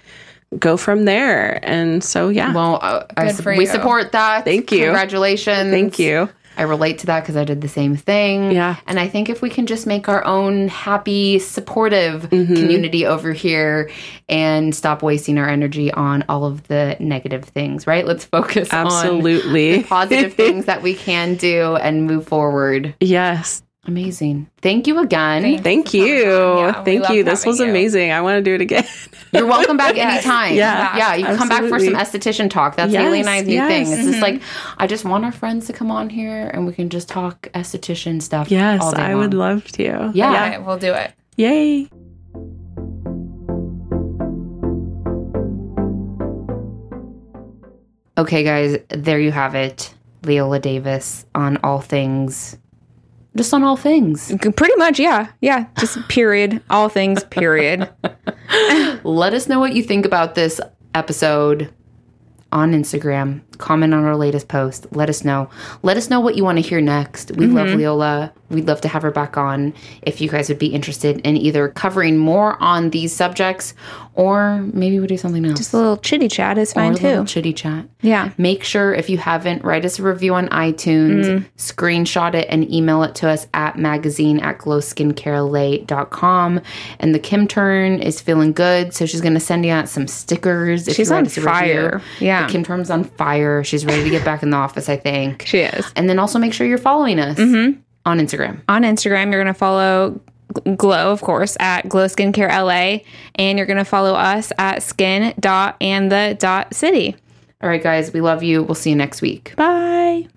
[SPEAKER 3] go from there. And so, yeah,
[SPEAKER 1] Well, I, I
[SPEAKER 4] Good
[SPEAKER 1] su-
[SPEAKER 4] for
[SPEAKER 1] we
[SPEAKER 4] you.
[SPEAKER 1] support that.
[SPEAKER 3] Thank you.
[SPEAKER 1] Congratulations.
[SPEAKER 3] thank you.
[SPEAKER 1] I relate to that because I did the same thing.
[SPEAKER 3] Yeah.
[SPEAKER 1] And I think if we can just make our own happy, supportive
[SPEAKER 3] Mm-hmm.
[SPEAKER 1] community over here and stop wasting our energy on all of the negative things, right? Let's focus on
[SPEAKER 3] Absolutely.
[SPEAKER 1] the positive things that we can do and move forward.
[SPEAKER 3] Yes.
[SPEAKER 1] Amazing. Thank you again.
[SPEAKER 3] Thank you.
[SPEAKER 4] Yeah, we
[SPEAKER 3] Thank
[SPEAKER 4] love
[SPEAKER 3] you. This
[SPEAKER 4] having
[SPEAKER 3] was
[SPEAKER 4] you.
[SPEAKER 3] amazing. I want to do it again.
[SPEAKER 1] You're welcome back
[SPEAKER 4] Yes.
[SPEAKER 1] anytime.
[SPEAKER 3] Yeah.
[SPEAKER 1] Yeah. You can come back for some esthetician talk. That's Haley
[SPEAKER 3] Yes,
[SPEAKER 1] and I's new
[SPEAKER 3] yes. Mm-hmm.
[SPEAKER 1] thing. It's just like, I just want our friends to come on here and we can just talk esthetician stuff.
[SPEAKER 3] Yes,
[SPEAKER 1] all day
[SPEAKER 3] I would
[SPEAKER 1] long.
[SPEAKER 3] love to.
[SPEAKER 1] Yeah.
[SPEAKER 4] Okay, we'll do it.
[SPEAKER 3] Yay.
[SPEAKER 1] Okay, guys, there you have it. Leola Davis on all things, just on all things.
[SPEAKER 2] Pretty much, yeah. Yeah. Just period. All things, period.
[SPEAKER 1] Let us know what you think about this episode on Instagram. Comment on our latest post. Let us know. Let us know what you want to hear next. We love
[SPEAKER 2] Mm-hmm.
[SPEAKER 1] Leola. We'd love to have her back on if you guys would be interested in either covering more on these subjects or maybe we'll do something else.
[SPEAKER 2] Just a little chitty chat is fine
[SPEAKER 1] Or a little
[SPEAKER 2] too.
[SPEAKER 1] chitty chat.
[SPEAKER 2] Yeah.
[SPEAKER 1] Make sure if you haven't, write us a review on iTunes,
[SPEAKER 2] Mm.
[SPEAKER 1] screenshot it, and email it to us at magazine at glowskincarelay.com. And the Kim Turn is feeling good, so she's going to send you out some stickers. If
[SPEAKER 2] She's
[SPEAKER 1] you
[SPEAKER 2] on
[SPEAKER 1] write us a review.
[SPEAKER 2] fire. Yeah.
[SPEAKER 1] The Kim Turn's on fire. She's ready to get back in the office, I think.
[SPEAKER 2] She Mm-hmm. is.
[SPEAKER 1] And then also make sure you're following us on Instagram.
[SPEAKER 2] On Instagram, you're going to follow Gl- Glow, of course, at Glow Skincare LA, and you're going to follow us at skin dot and the dot city.
[SPEAKER 1] All right, guys, we love you. We'll see you next week.
[SPEAKER 2] Bye.